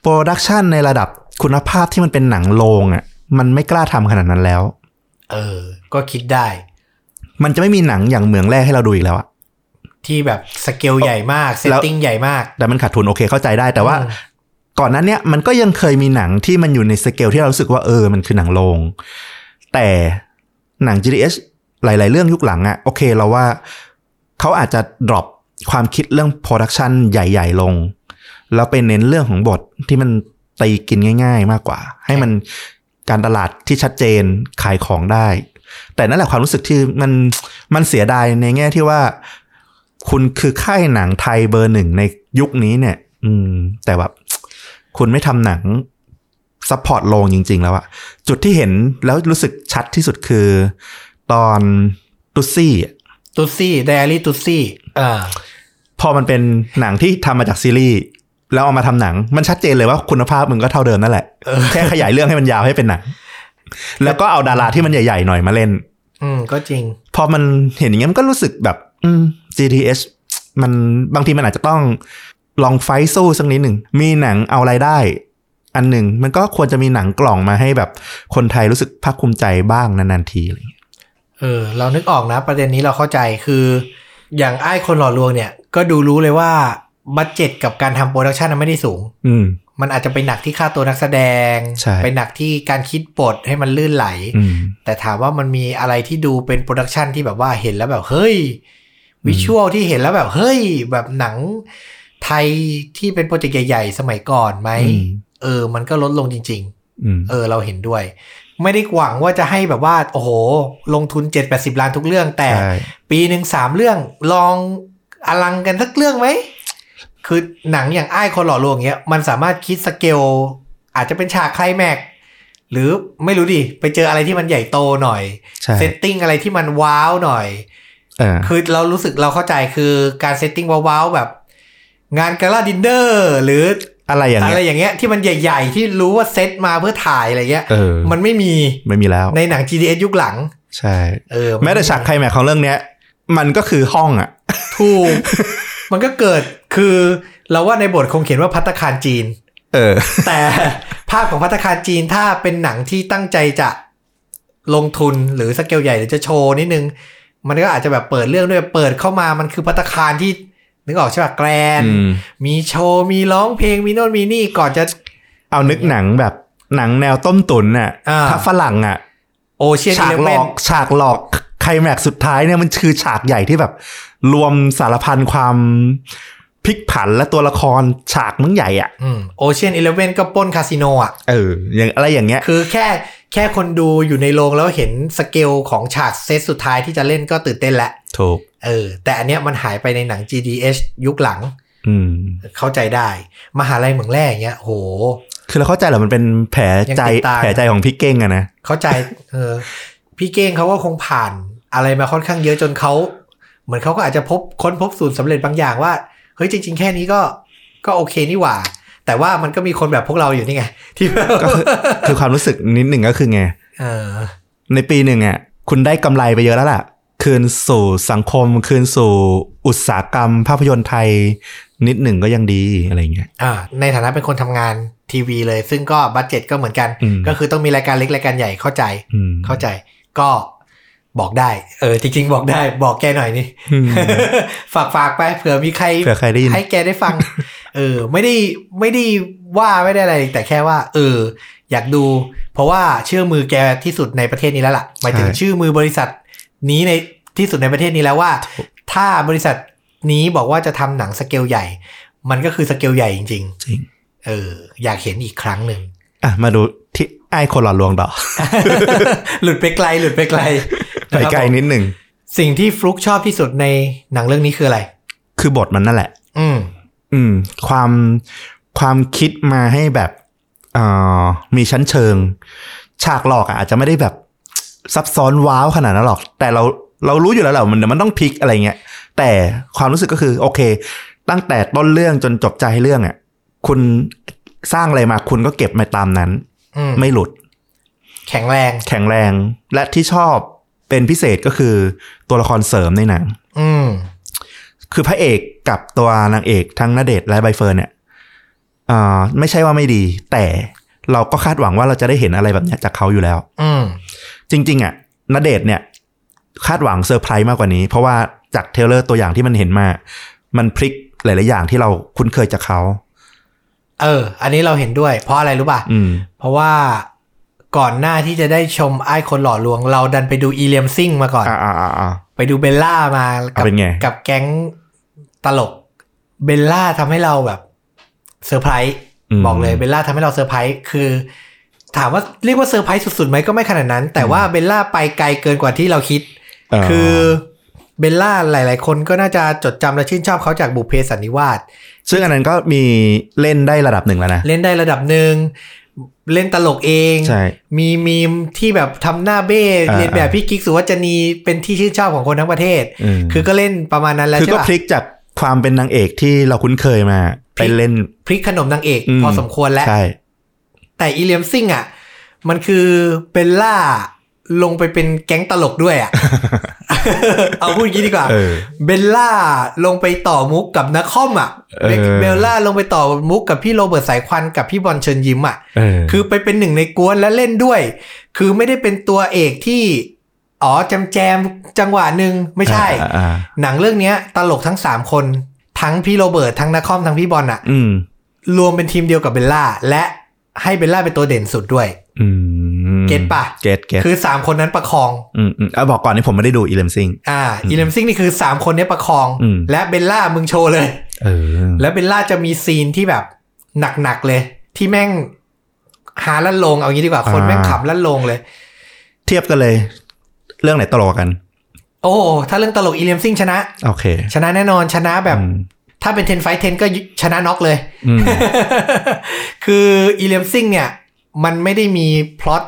Speaker 2: โปรดักชันในระดับคุณภาพที่มันเป็นหนังโรงอะมันไม่กล้าทำขนาดนั้นแล้ว
Speaker 1: เออ ก็คิดได้
Speaker 2: มันจะไม่มีหนังอย่างเหมืองแรกให้เราดูอีกแล้วอะ
Speaker 1: ที่แบบสเกลใหญ่มากเซต
Speaker 2: แล้ว
Speaker 1: ติ้งใหญ่มาก
Speaker 2: แต่มันขาดทุนโอเคเข้าใจได้แต่ว่า
Speaker 1: อืม
Speaker 2: ก่อนหนั้นเนี่ยมันก็ยังเคยมีหนังที่มันอยู่ในสเกลที่เรารู้สึกว่าเออมันคือหนังโรงแต่หนัง GDH หลาย ๆ เรื่องยุคหลังอะโอเคเราว่าเขาอาจจะดรอปความคิดเรื่องโปรดักชันใหญ่ ๆ ลง แล้วไปเน้นเรื่องของบทที่มันตีกินง่าย ๆ มากกว่า ให้มันการตลาดที่ชัดเจนขายของได้ แต่นั่นแหละความรู้สึกที่มันมันเสียดายในแง่ที่ว่า คุณคือค่ายหนังไทยเบอร์หนึ่งในยุคนี้เนี่ย อืม แต่แบบ คุณไม่ทำหนังซัพพอร์ตโรงจริง ๆ แล้วอะจุดที่เห็นแล้วรู้สึกชัดที่สุดคือ ตอนตุซี่อะ
Speaker 1: ตุซี่ไดอารี่ตุซี่อ่า
Speaker 2: พอมันเป็นหนังที่ทำมาจากซีรีส์แล้วเอามาทำหนัง มันชัดเจนเลยว่าคุณภาพมึงก็เท่าเดิมนั่นแหละ แค่ขยายเรื่องให้มันยาวให้เป็นหนัง แล้วก็เอาดาราที่มันใหญ่ ๆ หน่อยมาเล่น
Speaker 1: อืม ก็จริง
Speaker 2: พอมันเห็นอย่างเงี้ยมันก็รู้สึกแบบ อืม GTH มันบางทีมันอาจจะต้องลองไฟท์สู้สักนิดหนึ่ง มีหนังเอารายได้ อันหนึ่ง มันก็ควรจะมีหนังกล่องมาให้แบบคนไทยรู้สึกภาคภูมิใจบ้างนานๆทีอะไรอย่างเงี้ย
Speaker 1: เออ เรานึกออกนะ ประเด็นนี้เราเข้าใจคือ อย่างไอ้คนหล่อลวงเนี่ย ก็ดูรู้เลยว่าบัตเจ็ตกับการทำโปรดักชันน่ะไม่ได้สูง
Speaker 2: อืม
Speaker 1: มันอาจจะไปหนักที่ค่าตัวนักแสดง
Speaker 2: ใช่
Speaker 1: ไปหนักที่การคิดบทให้มันลื่นไหล
Speaker 2: อืม
Speaker 1: แต่ถามว่ามันมีอะไรที่ดูเป็นโปรดักชันที่แบบว่าเห็นแล้วแบบเฮ้ย วิชวลที่เห็นแล้วแบบเฮ้ย แบบหนังไทยที่เป็นโปรเจกต์ใหญ่ ๆ สมัยก่อนไหม
Speaker 2: อืม
Speaker 1: เออ มันก็ลดลงจริง
Speaker 2: อืม
Speaker 1: ๆ เออ เราเห็นด้วย ไม่ได้หวังว่าจะให้แบบว่า โอ้โห ลงทุน 7 8 0 ล้านทุกเรื่อง แต่
Speaker 2: ใช่
Speaker 1: ปีหนึ่งสามเรื่องลองอลังกันสักเรื่องไหม คือหนังอย่างอ้ายคนหล่อลวงเงี้ยมันสามารถคิดสเกลอาจจะเป็นฉากไคลแม็กซ์หรือไม่รู้ดิไปเจออะไรที่มันใหญ่โตหน่อย
Speaker 2: ใช่
Speaker 1: เซตติ้งอะไรที่มันว้าวหน่อย
Speaker 2: เออ
Speaker 1: คือเรารู้สึกเราเข้าใจคือการเซตติ้งว้าวๆแบบ งานกาลาดินเนอร์หรือ
Speaker 2: อะไรอย่าง
Speaker 1: อะไร
Speaker 2: เงี้ย
Speaker 1: อย่างเงี้ยที่มันใหญ่ๆ ที่รู้ว่าเซตมาเพื่อถ่ายอะไรเงี้ย
Speaker 2: เออ
Speaker 1: มันไม่มี
Speaker 2: ไม่มีแล้ว
Speaker 1: ในหนัง GDS ยุคหลัง
Speaker 2: ใช่
Speaker 1: เออ
Speaker 2: แม้แต่ฉากไคลแม็กซ์ของเรื่องเนี้ย มันก็คือห้องอะ
Speaker 1: ถูก มันก็เกิดคือเราว่าในบทคงเขียนว่าพัตตาคารจีน
Speaker 2: เออ
Speaker 1: แต่ภาพของพัตตาคารจีนถ้าเป็นหนังที่ตั้งใจจะลงทุนหรือสเกลใหญ่หรือจะโชว์นิดนึง มันก็อาจจะแบบเปิดเรื่องด้วยเปิดเข้ามามันคือพัตตาคารที่นึกออกใช่ป่ะแกรน
Speaker 2: อื
Speaker 1: ด์
Speaker 2: ม
Speaker 1: มีโชว์มีร้องเพลงมีโน่นมีนี่ก่อนจะ
Speaker 2: เอานึกหนังแบบหนังแนวต้มตุ๋นน่ะ
Speaker 1: อ่า
Speaker 2: ถ้าฝรั่งอ่ะ
Speaker 1: โอเชียน
Speaker 2: ฉากหลอกฉากหลอกไคลแม็กซ์สุดท้ายเนี่ยมันคือฉากใหญ่ที่แบบ รวมสารพันความพลิกผันและตัวละครฉากมึงใหญ่อะ่ะ
Speaker 1: โอเชียนอีเลเวนก็ปล้นคาสิโนอ่ะ
Speaker 2: เออ อย่างอะไรอย่างเงี้ย
Speaker 1: คือแค่แค่คนดูอยู่ในโรงแล้วเห็นสเกลของฉากเซตสุดท้ายที่จะเล่นก็ตื่นเต้นแล้ว
Speaker 2: ถูก
Speaker 1: เออ แต่อันเนี้ยมันหายไปในหนัง GDH ยุคหลัง
Speaker 2: อืม
Speaker 1: เข้าใจได้ มหาลัยเหมืองแร่อย่างเงี้ยโห
Speaker 2: คือเราเข้าใจแหละมันเป็นแผลใจ
Speaker 1: ยังติดตาม
Speaker 2: แผลใจของพี่เก้งอะนะ
Speaker 1: เข้าใจ เออ พี่เก้งเขาก็คงผ่านอะไรมาค่อนข้างเยอะจนเขาเหมือนเขาก็อาจจะพบค้นพบสูตรสำเร็จบางอย่างว่าเฮ้ยจริง ๆ แค่นี้ก็ก็โอเคนี่หว่า แต่ว่ามันก็มีคนแบบพวกเราอยู่นี่ไง ที่แบบ
Speaker 2: ก็คือ คือความรู้สึกนิดหนึ่งก็คือไง
Speaker 1: เออ
Speaker 2: ในปีหนึ่งอ่ะคุณได้กำไรไปเยอะแล้วล่ะ คืนสู่สังคม คืนสู่อุตสาหกรรม ภาพยนตร์ไทย นิดหนึ่งก็ยังดีอะไรเงี้ย
Speaker 1: อ่าในฐานะเป็นคนทำงานทีวีเลย ซึ่งก็บัตเจ็ตก็เหมือนกัน
Speaker 2: อืม
Speaker 1: ก็คือต้องมีรายการเล็กรายการใหญ่เข้าใจ
Speaker 2: อืม
Speaker 1: เข้าใจ ก็บอกได้ เออ จริง ๆ บอกได้ บอกแกหน่อย นี่
Speaker 2: อืม
Speaker 1: ฝากฝากไปเผื่อมีใคร
Speaker 2: เผื่อใครได้ยิน
Speaker 1: ให้แกได้ฟัง เออ ไม่ได้ไม่ได้ว่าไม่ได้อะไร แต่แค่ว่า เออ อยากดู เพราะว่าเชื่อมือแกที่สุดในประเทศนี้แล้วล่ะหมายถึง
Speaker 2: ใช่
Speaker 1: ชื่อมือบริษัทนี้ในที่สุดในประเทศนี้แล้วว่า ถ้าบริษัทนี้บอกว่าจะทำหนังสเกลใหญ่ มันก็คือสเกลใหญ่จริง ๆ
Speaker 2: จริง
Speaker 1: เออ อยากเห็นอีกครั้งหนึ่ง
Speaker 2: อ่ะ มาดูที่ไอ้คนหลอดลวงต่อ
Speaker 1: หลุดไปไกล หลุดไปไกล
Speaker 2: ไปไกล
Speaker 1: นะครับผม
Speaker 2: นิดหนึ่ง
Speaker 1: สิ่งที่ฟลุกชอบที่สุดในหนังเรื่องนี้คืออะไร
Speaker 2: คือบทมันนั่นแหละ
Speaker 1: อืม
Speaker 2: อืม ความความคิดมาให้แบบเอ่อมีชั้นเชิง ฉากหลอกอะอาจจะไม่ได้แบบ ซับซ้อนว้าวขนาดนั้นหรอก แต่เราเรารู้อยู่แล้วแหละมันเดี๋ยวมันต้องพลิกอะไรเงี้ย แต่ความรู้สึกก็คือโอเค ตั้งแต่ต้นเรื่องจนจบใจเรื่องอะคุณสร้างอะไรมาคุณก็เก็บมาตามนั้น
Speaker 1: อืม
Speaker 2: ไม่หลุด
Speaker 1: แข็งแรง
Speaker 2: แข็งแรง และที่ชอบเป็นพิเศษก็คือตัวละครเสริมในหนัง
Speaker 1: อืม
Speaker 2: คือพระเอกกับตัวนางเอกทั้งนาเดชน์และใบเฟิร์นเนี่ยอ่าไม่ใช่ว่าไม่ดี แต่เราก็คาดหวังว่าเราจะได้เห็นอะไรแบบเนี้ยจากเขาอยู่แล้ว
Speaker 1: อืม
Speaker 2: จริง ๆ อ่ะนาเดชน์เนี่ย คาดหวังเซอร์ไพรส์มากกว่านี้ เพราะว่าจากเทรลเลอร์ตัวอย่างที่มันเห็นมา มันพลิกหลาย ๆ อย่างที่เราคุ้นเคยจากเขา
Speaker 1: เออ อันนี้เราเห็นด้วย เพราะอะไรรู้ป่ะ
Speaker 2: อืม
Speaker 1: เพราะว่าก่อนหน้าที่จะได้ชมไอ้คนหล่อลวง เราดันไปดูอีเลียมซิ่งมาก่อน
Speaker 2: อ่าอ่าอ่าอ่า
Speaker 1: ไปดูเบลล่ามากั
Speaker 2: อ่ะเป็นไง
Speaker 1: กับแก๊งตลก เบลล่าทำให้เราแบบเซอร์ไพรส์บอกเลยเบลล่าทำให้เราเซอร์ไพรส์คือ ถามว่าเรียกว่าเซอร์ไพรส์สุดๆไหมก็ไม่ขนาดนั้น แต่ว่าเบลล่าไปไกลเกินกว่าที่เราคิด
Speaker 2: า
Speaker 1: คือเบลล่าหลาย ๆ คนก็น่าจะจดจำและชื่นชอบเขาจากบุพเพสันนิวาส
Speaker 2: ซึ่งอันนั้นก็มีเล่นได้ระดับหนึ่งแล้วนะ
Speaker 1: เล่นได้ระดับหนึ่ง เล่นตลกเอง
Speaker 2: ใช่
Speaker 1: มีมีมที่แบบทำหน้าเบ้
Speaker 2: อ่า
Speaker 1: เรียนแบบพี่กิ๊กสุวัจนีเป็นที่ชื่นชอบของคนทั้งประเทศ
Speaker 2: ม
Speaker 1: คือก็เล่นประมาณนั้นแล้ว
Speaker 2: คือ
Speaker 1: ใช่
Speaker 2: ก็
Speaker 1: ปะ
Speaker 2: พลิกจากความเป็นนางเอกที่เราคุ้นเคยมา
Speaker 1: พ
Speaker 2: ไป
Speaker 1: ลิก
Speaker 2: เล่น
Speaker 1: พลิกขนมนางเอก
Speaker 2: อืม
Speaker 1: พอสมควรแล้ว
Speaker 2: ใช่
Speaker 1: แต่อีเลียมซิ่งอ่ะ มันคือเบลล่าลงไปเป็นแก๊งตลกด้วย อ่ะ เอาพูดอย่างนี้ดีกว่า
Speaker 2: เออ
Speaker 1: เบลล่าลงไปต่อมุกกับนักคอมอ่ะ
Speaker 2: เออ
Speaker 1: เบลล่าลงไปต่อมุกกับพี่โรเบิร์ตสายควันกับพี่บอลเชิญยิ้มอ่ะ
Speaker 2: เออ
Speaker 1: คือไปเป็นหนึ่งในกวนและเล่นด้วย คือไม่ได้เป็นตัวเอกที่ อ๋อจำแจมจังหวะหนึ่งไม่ใช่
Speaker 2: อ่าอ่าอ่า
Speaker 1: หนังเรื่องเนี้ย ตลกทั้งสามคน ทั้งพี่โรเบิร์ตทั้งนักคอมทั้งพี่บอลอ่ะ
Speaker 2: อืม
Speaker 1: รวมเป็นทีมเดียวกับเบลล่า และให้เบลล่าเป็นตัวเด่นสุดด้วย
Speaker 2: อืม
Speaker 1: เก็ตปะ
Speaker 2: เก็ตเก็ต
Speaker 1: คือ 3 คนนั้นประคอง
Speaker 2: อืมอืมเอาบอกก่อนนี่ผมไม่ได้ดูอีเลมซิง
Speaker 1: อ่าอีเลมซิงนี่คือ 3 คนเนี้ยประคอง
Speaker 2: อืม
Speaker 1: และเบลล่ามึงโชว์เลย
Speaker 2: เออ
Speaker 1: แล้วเบลล่าจะมีซีนที่แบบหนักๆเลย ที่แม่งหาลั่นลงเอางี้ดีกว่าคน
Speaker 2: อ่า
Speaker 1: แม่งขำลั่นลงเลย
Speaker 2: เทียบกันเลย เรื่องไหนตลกกว่ากัน
Speaker 1: โอ้ถ้าเรื่องตลกอีเลมซิงชนะ
Speaker 2: โอเค
Speaker 1: ชนะแน่นอนชนะแบบ
Speaker 2: อืม
Speaker 1: ถ้าเป็น10 fight 10 ก็ชนะน็อกเลย
Speaker 2: อืม
Speaker 1: คืออีเลมซิงเนี่ย มันไม่ได้มีพล็อต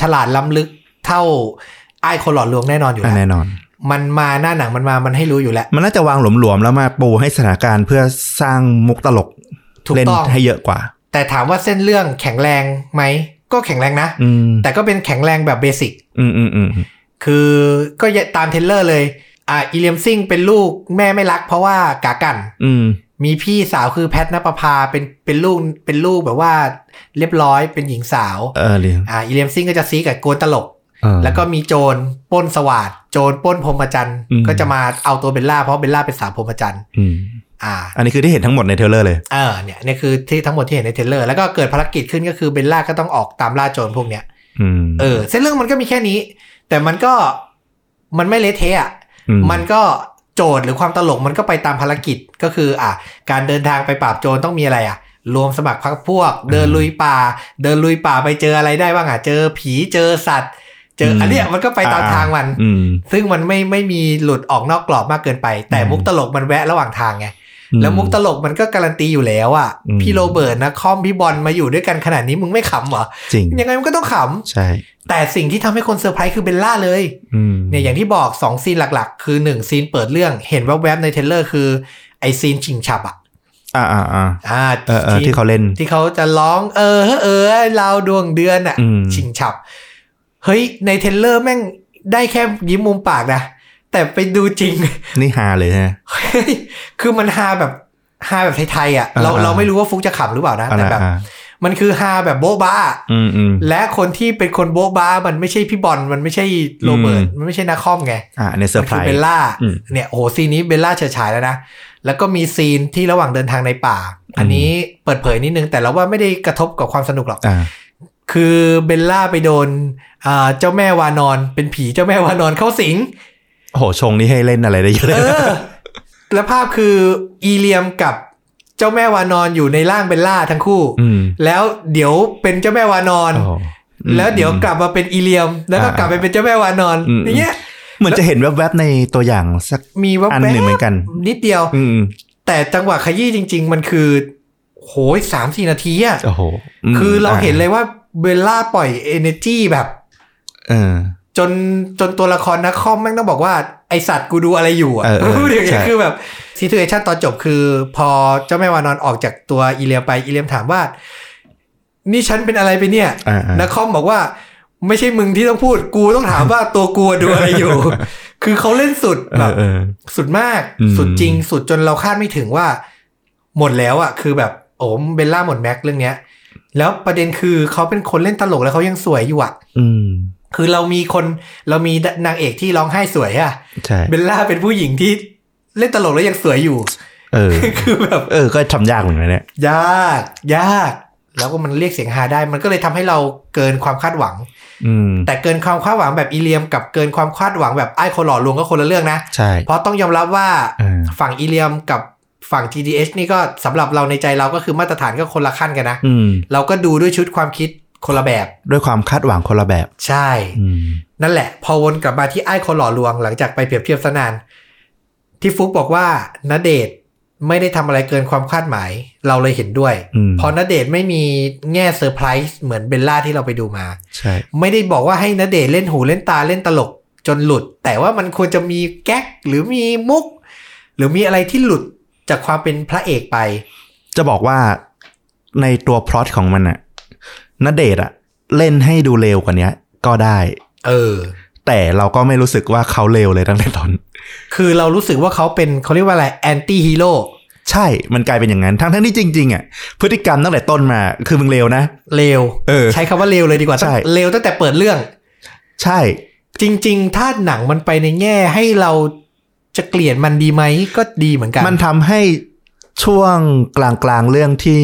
Speaker 1: ฉลาดล้ำลึกเท่าไอ้คนหลอดลวงแน่นอนอยู่แล้ว
Speaker 2: แน่นอน
Speaker 1: มันมาหน้าหนังมันมามันให้รู้อยู่แล้ว
Speaker 2: มันน่าจะวางหลวมๆแล้วมาปูให้สถานการณ์เพื่อสร้างมุกตลก
Speaker 1: ถูก
Speaker 2: เล่น
Speaker 1: ต้อง
Speaker 2: ให้เยอะกว่า
Speaker 1: แต่ถามว่าเส้นเรื่องแข็งแรงไหม ก็แข็งแรงนะ
Speaker 2: อืม
Speaker 1: แต่ก็เป็นแข็งแรงแบบเบสิก
Speaker 2: อืมอืมอืม
Speaker 1: คือก็ตามเทรลเลอร์เลย อ่าอีเลมซิงเป็นลูกแม่ไม่รักเพราะว่ากากัน
Speaker 2: อืม
Speaker 1: มีพี่สาวคือแพทนปภาเป็นเป็นลูกเป็นลูกแบบว่าเรียบร้อยเป็นหญิงสาว
Speaker 2: เออเรียง
Speaker 1: อ่าอีเลียมซิงก็จะซีกับโกวนตลก
Speaker 2: เออ
Speaker 1: แล้วก็มีโจรปล้นสวัสดโจรปล้นพรหมจันทร์
Speaker 2: อืม
Speaker 1: ก็จะมาเอาตัวเบลล่าเพราะเบลล่าเป็นสาวพรหมจันทร์
Speaker 2: อืม
Speaker 1: อ่า
Speaker 2: อันนี้คือที่เห็นทั้งหมดในเทรลเลอร์เลย
Speaker 1: เออเนี่ยเนี่ยคือที่ทั้งหมดที่เห็นในเทรลเลอร์แล้วก็เกิดภารกิจขึ้นก็คือเบลล่าก็ต้องออกตามล่าโจรพวกเนี้ย
Speaker 2: อืม
Speaker 1: เออเส้นเรื่องมันก็มีแค่นี้ แต่มันก็มันไม่เละเทะอะ
Speaker 2: ม
Speaker 1: มันก็โจทย์หรือความตลกมันก็ไปตามภารกิจก็คืออ่ะการเดินทางไปปราบโจรต้องมีอะไรอ่ะ รวมสมัครพรรคพวก เดินลุยป่า เดินลุยป่าไปเจออะไรได้บ้างอ่ะเจอผีเจอสัตว์ เจออันเนี้ยมันก็ไปตามทางมัน
Speaker 2: อืม
Speaker 1: ซึ่งมันไม่ไม่มีหลุดออกนอกกรอบมากเกินไป แต่
Speaker 2: อืม
Speaker 1: มุกตลกมันแวะระหว่างทางไง
Speaker 2: อืม
Speaker 1: แล้วมุกตลกมันก็การันตีอยู่แล้วอะ่ะ
Speaker 2: อืม
Speaker 1: พี่โรเบิร์ตนะคอมพี่บอลมาอยู่ด้วยกันขนาดนี้มึงไม่ขำเหรอ
Speaker 2: จริง
Speaker 1: ยังไงมันก็ต้องข
Speaker 2: ใช่
Speaker 1: ำ แต่สิ่งที่ทำให้คนเซอร์ไพรส์คือเบลล่าเลย
Speaker 2: อืม
Speaker 1: เนี่ยอย่างที่บอก 2 ซีนหลักๆ คือ 1 ซีนเปิดเรื่องเห็นแวบๆในเทรลเลอร์คือ ไอซีนชิงฉับอ่ะ
Speaker 2: อ่าอ่าอ่า
Speaker 1: อ่า
Speaker 2: เออเออที่
Speaker 1: ที่
Speaker 2: เขาเล่น
Speaker 1: ที่เขาจะร้องเออเออเราดวงเดือนอ่ะ
Speaker 2: อืม
Speaker 1: ชิงฉับ เฮ้ย ในเทรลเลอร์แม่งได้แค่ยิ้มมุมปากนะ แต่ไปดูจริง
Speaker 2: นี่ฮาเลยฮะ
Speaker 1: เฮ้ย คือมันฮาแบบฮาแบบไทยๆอ่ะเรา
Speaker 2: อ่าๆ
Speaker 1: เราไม่รู้ว่าฟุกจะขำหรือเปล่านะ
Speaker 2: อ่า
Speaker 1: แต่แบบ
Speaker 2: อ่า
Speaker 1: มันคือฮาแบบโบ๊ะบ้า
Speaker 2: อืมอืม
Speaker 1: และคนที่เป็นคนโบ๊ะบ้ามันไม่ใช่พี่บอลมันไม่ใช่โรเบิร์ต
Speaker 2: อืม
Speaker 1: มันไม่ใช่นาคอมไง
Speaker 2: อ่าในเซอ
Speaker 1: มั
Speaker 2: ร์ไพร
Speaker 1: คื
Speaker 2: ส์
Speaker 1: เบลล่า
Speaker 2: อืม
Speaker 1: เนี่ยโอ้โหซีนนี้เบลล่าเฉิดฉายแล้วนะ แล้วก็มีซีนที่ระหว่างเดินทางในป่า อันนี้เปิดเผยนิดนึงแต่เราว่าไม่ได้กระทบกับความสนุกหรอก
Speaker 2: อ่า
Speaker 1: คือเบลล่าไปโดนอ่าเจ้าแม่วานอน เป็นผีเจ้าแม่วานอนเข้าสิง
Speaker 2: โอ้โห ชงนี่ให้เล่นอะไรได้เยอะเลย
Speaker 1: เออ แล้วภาพคืออีเลียมกับเจ้าแม่วานอนอยู่ในร่างเบลล่าทั้งคู่
Speaker 2: อืม
Speaker 1: แล้วเดี๋ยวเป็นเจ้าแม่วานอน
Speaker 2: โอ้โหอืม
Speaker 1: แล้วเดี๋ยวกลับมาเป็นอีเลียม แล้วก็
Speaker 2: อ่าก
Speaker 1: ลับไปเป็นเจ้าแม่วานอน
Speaker 2: อืม
Speaker 1: อย่างเงี้ย
Speaker 2: เหมือนจะเห็นแวบๆในตัวอย่างสัก
Speaker 1: มีแวบ
Speaker 2: อัน
Speaker 1: ๆ
Speaker 2: หนึ่งเหมือนกัน
Speaker 1: นิดเดียว
Speaker 2: อืม
Speaker 1: แต่จังหวะขยี้จริง ๆ มันคือโหยสามสี่นาทีอะ
Speaker 2: โอ้โหม
Speaker 1: คือเราเห็นเลยว่าเบลล่าปล่อยเอเนจีแบบ
Speaker 2: เออ
Speaker 1: จนจนตัวละครนักคอมแม่งต้องบอกว่า ไอสัตว์กูดูอะไรอยู่อ่ะ
Speaker 2: เออเออ
Speaker 1: พูดอย่างเงี้ย
Speaker 2: ใช่
Speaker 1: คือแบบซีทูเอชันตอนจบคือ พอเจ้าแม่วานอนออกจากตัวอีเลียมไปอีเลียมถามว่า นี่ฉันเป็นอะไรไปเนี่ย
Speaker 2: อ่าอ่า
Speaker 1: นักคอมบอกว่า ไม่ใช่มึงที่ต้องพูดกูต้องถามว่า ตัวกูดูอะไรอยู่ คือเขาเล่นสุด
Speaker 2: เอ
Speaker 1: แบบ
Speaker 2: อเออ
Speaker 1: สุดมาก
Speaker 2: อืม
Speaker 1: สุดจริง สุดจนเราคาดไม่ถึงว่า หมดแล้วอ่ะคือแบบโอ้เบลล่าหมดแม็กซ์เรื่องเนี้ย แล้วประเด็นคือเขาเป็นคนเล่นตลกแล้วเขายังสวยอยู่อ่ะ
Speaker 2: อืม
Speaker 1: คือเรามีคนเรามีนางเอกที่ร้องไห้สวยอะ
Speaker 2: ใช่
Speaker 1: เบลล่าเป็นผู้หญิงที่เล่นตลกแล้วยังสวยอยู่
Speaker 2: เออ
Speaker 1: คือแบบ
Speaker 2: เออ ก็ทำยากเหมือนกันเนี่ย
Speaker 1: ยาก ยาก แล้วก็มันเรียกเสียงฮาได้ มันก็เลยทำให้เราเกินความคาดหวัง
Speaker 2: อืม
Speaker 1: แต่เกินความคาดหวังแบบอีเลียมกับเกินความคาดหวังแบบไอ้คนหล่อลวงก็คนละเรื่องนะ
Speaker 2: ใช่
Speaker 1: เพราะต้องยอมรับว่า
Speaker 2: เออ
Speaker 1: ฝั่งอีเลียมกับฝั่ง GDH นี่ก็สำหรับเราในใจเราก็คือมาตรฐานก็คนละขั้นกันนะ
Speaker 2: อืม
Speaker 1: เราก็ดูด้วยชุดความคิดคนละแบบ
Speaker 2: ด้วยความคาดหวังคนละแบบ
Speaker 1: ใช่
Speaker 2: อืม
Speaker 1: นั่นแหละ พอวนกลับมาที่ไอ้คนหล่อลวงหลังจากไปเปรียบเทียบสนาน ที่ฟุกบอกว่าณเดชน์ไม่ได้ทำอะไรเกินความคาดหมาย เราเลยเห็นด้วย
Speaker 2: อืม
Speaker 1: เพอณเดชน์ไม่มีแง่เซอร์ไพรส์เหมือนเบลล่าที่เราไปดูมา
Speaker 2: ใช่
Speaker 1: ไม่ได้บอกว่าให้ณเดชน์เล่นหูเล่นตาเล่นตลกจนหลุด แต่ว่ามันควรจะมีแก๊กหรือมีมุก หรือมีอะไรที่หลุดจากความเป็นพระเอกไป
Speaker 2: จะบอกว่าในตัวพล็อตของมันอะนเดชน์อะเล่นให้ดูเร็วกว่าเนี้ย ก็ได้
Speaker 1: เออ
Speaker 2: แต่เราก็ไม่รู้สึกว่าเขาเร็วเลยตั้งแต่ตอน
Speaker 1: คือเรารู้สึกว่าเขาเป็นเขาเรียกว่าอะไรแอนตี้ฮีโร่
Speaker 2: ใช่ มันกลายเป็นอย่างนั้น ทั้งทั้งๆที่จริงๆอ่ะ พฤติกรรมตั้งแต่ต้นมา คือมึงเลวนะ
Speaker 1: เลว
Speaker 2: เออ
Speaker 1: ใช้คำว่าเลวเลยดีกว่า
Speaker 2: ใช่
Speaker 1: เลวตั้งแต่เปิดเรื่อง
Speaker 2: ใช่
Speaker 1: จริงๆ ถ้าหนังมันไปในแง่ให้เราจะเกลียดมันดีไหมก็ดีเหมือนกัน
Speaker 2: มันทำให้ช่วงกลางๆเรื่องที่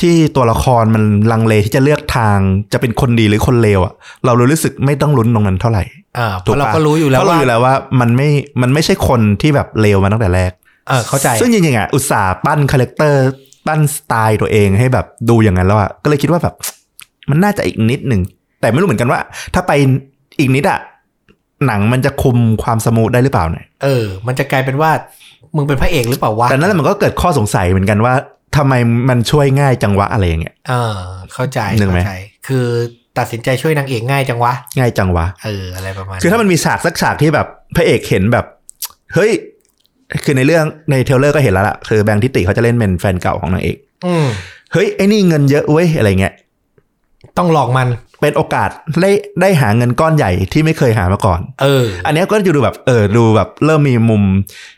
Speaker 2: ที่ตัวละครมันลังเลที่จะเลือกทางจะเป็นคนดีหรือคนเลวอ่ะ เรารู้สึกไม่ต้องลุ้นตรงนั้นเท่าไหร่
Speaker 1: อ่าเพ
Speaker 2: ถูก
Speaker 1: ราะ
Speaker 2: ปะ
Speaker 1: เราก็รู้อยู่แล้ว
Speaker 2: เพราะเรา
Speaker 1: ว่า
Speaker 2: อยู่แล้วว่ามันไม่ มันไม่ใช่คนที่แบบเลวมาตั้งแต่แรก
Speaker 1: เออเข้าใจ
Speaker 2: ซึ่งจริงๆอ่ะอุตส่าห์ปั้นคาแรคเตอร์ปั้นสไตล์ตัวเองให้แบบดูอย่างนั้นแล้วอ่ะก็เลยคิดว่าแบบ มันน่าจะอีกนิดหนึ่ง แต่ไม่รู้เหมือนกันว่า ถ้าไปอีกนิดอ่ะหนังมันจะคุมความสมูทได้หรือเปล่าเนี่ย
Speaker 1: เออ มันจะกลายเป็นว่า มึงเป็นพระเอกหรือเปล่าวะ
Speaker 2: แต่นั่นแหละมันก็เกิดข้อสงสัยเหมือนกันว่าทำไมมันช่วยง่ายจังวะอะไรอย่างเงี้ย
Speaker 1: เออ เข้าใจ
Speaker 2: หนึ่งไหม
Speaker 1: เข้าใจ คือตัดสินใจช่วยนางเอกง่ายจังวะ
Speaker 2: ง่ายจังวะ
Speaker 1: เออ อะไรประมาณ
Speaker 2: คือถ้ามันมีฉากสักฉากที่แบบพระเอกเห็นแบบ เฮ้ย คือในเรื่องในเทรลเลอร์ก็เห็นแล้วล่ะคือแบงค์ทิติเขาจะเล่นเป็นแฟนเก่าของนางเอก
Speaker 1: อืม
Speaker 2: เฮ้ยไอ้นี่เงินเยอะเว้ยอะไรเงี้ย
Speaker 1: ต้องหลอกมัน
Speaker 2: เป็นโอกาสได้ได้หาเงินก้อนใหญ่ที่ไม่เคยหามาก่อน
Speaker 1: เออ
Speaker 2: อันเนี้ยก็จะดูแบบเออดูแบบเริ่มมีมุม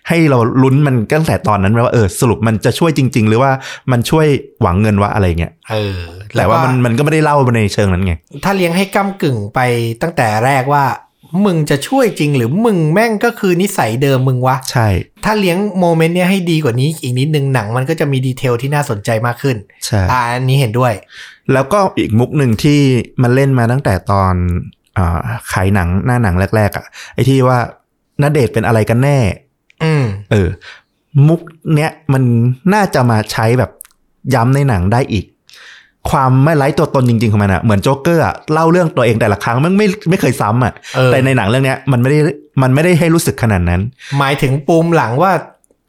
Speaker 2: ให้เราลุ้นมันตั้งแต่ตอนนั้นว่าเออสรุปมันจะช่วยจริง ๆ หรือว่ามันช่วยหวังเงินวะอะไรเงี้ย
Speaker 1: เออ
Speaker 2: แต่ว่ามันมันก็ไม่ได้เล่าในเชิงนั้นไง
Speaker 1: ถ้าเลี้ยงให้ก้ากึ่งไปตั้งแต่แรกว่า มึงจะช่วยจริงหรือมึงแม่งก็คือนิสัยเดิมมึงวะ
Speaker 2: ใช่
Speaker 1: ถ้าเลี้ยงโมเมนต์เนี้ยให้ดีกว่านี้อีกนิดนึงหนังมันก็จะมีดีเทลที่น่าสนใจมากขึ้น
Speaker 2: ใช่
Speaker 1: อ่าอันนี้เห็นด้วย
Speaker 2: แล้วก็อีกมุกหนึ่งที่มันเล่นมาตั้งแต่ตอนอ่าขายหนังหน้าหนังแรก ๆอะ่ะไอ้ที่ว่านาเดชน์เป็นอะไรกันแน่
Speaker 1: อืม
Speaker 2: เออ มุกเนี้ยมันน่าจะมาใช้แบบย้ำในหนังได้อีก ความไม่ไร้ตัวตนจริงๆของมันอะเหมือนโจ๊กเกอร์อะเล่าเรื่องตัวเองแต่ละครั้งมันไม่ไม่เคยซ้ำอะ
Speaker 1: เออ
Speaker 2: แต่ในหนังเรื่องเนี้ยมันไม่ได้มันไม่ได้ให้รู้สึกขนาดนั้น
Speaker 1: หมายถึงปูมหลังว่า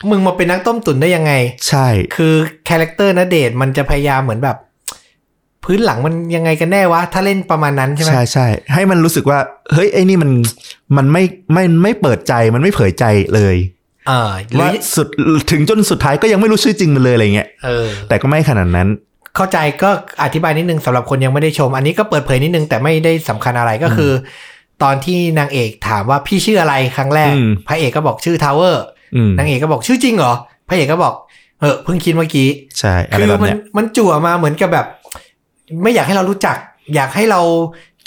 Speaker 1: มึงมาเป็นนักต้มตุ๋นได้ยังไง
Speaker 2: ใช่
Speaker 1: คือคาแรคเตอร์นเดชน์มันจะพยายามเหมือนแบบ พื้นหลังมันยังไงกันแน่วะ ถ้าเล่นประมาณนั้นใช่ไหม
Speaker 2: ใช่ใช่ให้มันรู้สึกว่า เฮ้ยไอ้นี่มันมันไม่ไม่ไม่เปิดใจมันไม่เผยใจเลย
Speaker 1: เออหรื
Speaker 2: ว่า
Speaker 1: อ
Speaker 2: สุดถึงจนสุดท้ายก็ยังไม่รู้ชื่อจริงมันเลยอะไรเงี้ย
Speaker 1: เออ
Speaker 2: แต่ก็ไม่ขนาดนั้น
Speaker 1: เข้าใจก็อธิบายนิดนึงสำหรับคนยังไม่ได้ชม อันนี้ก็เปิดเผยนิดนึงแต่ไม่ได้สำคัญอะไรก็คือ ตอนที่นางเอกถามว่าพี่ชื่ออะไรครั้งแรก
Speaker 2: อืม
Speaker 1: พระเอกก็บอกชื่อทาวเวอร์
Speaker 2: อืม
Speaker 1: นางเอกก็บอกชื่อจริงเหรอพระเอกก็บอกเออเพิ่งคิดเมื่อกี้
Speaker 2: ใช่อะไร
Speaker 1: คือ
Speaker 2: แบบ
Speaker 1: มัน
Speaker 2: เนี้ย
Speaker 1: มันจั่วมาเหมือนกับแบบ ไม่อยากให้เรารู้จัก อยากให้เรา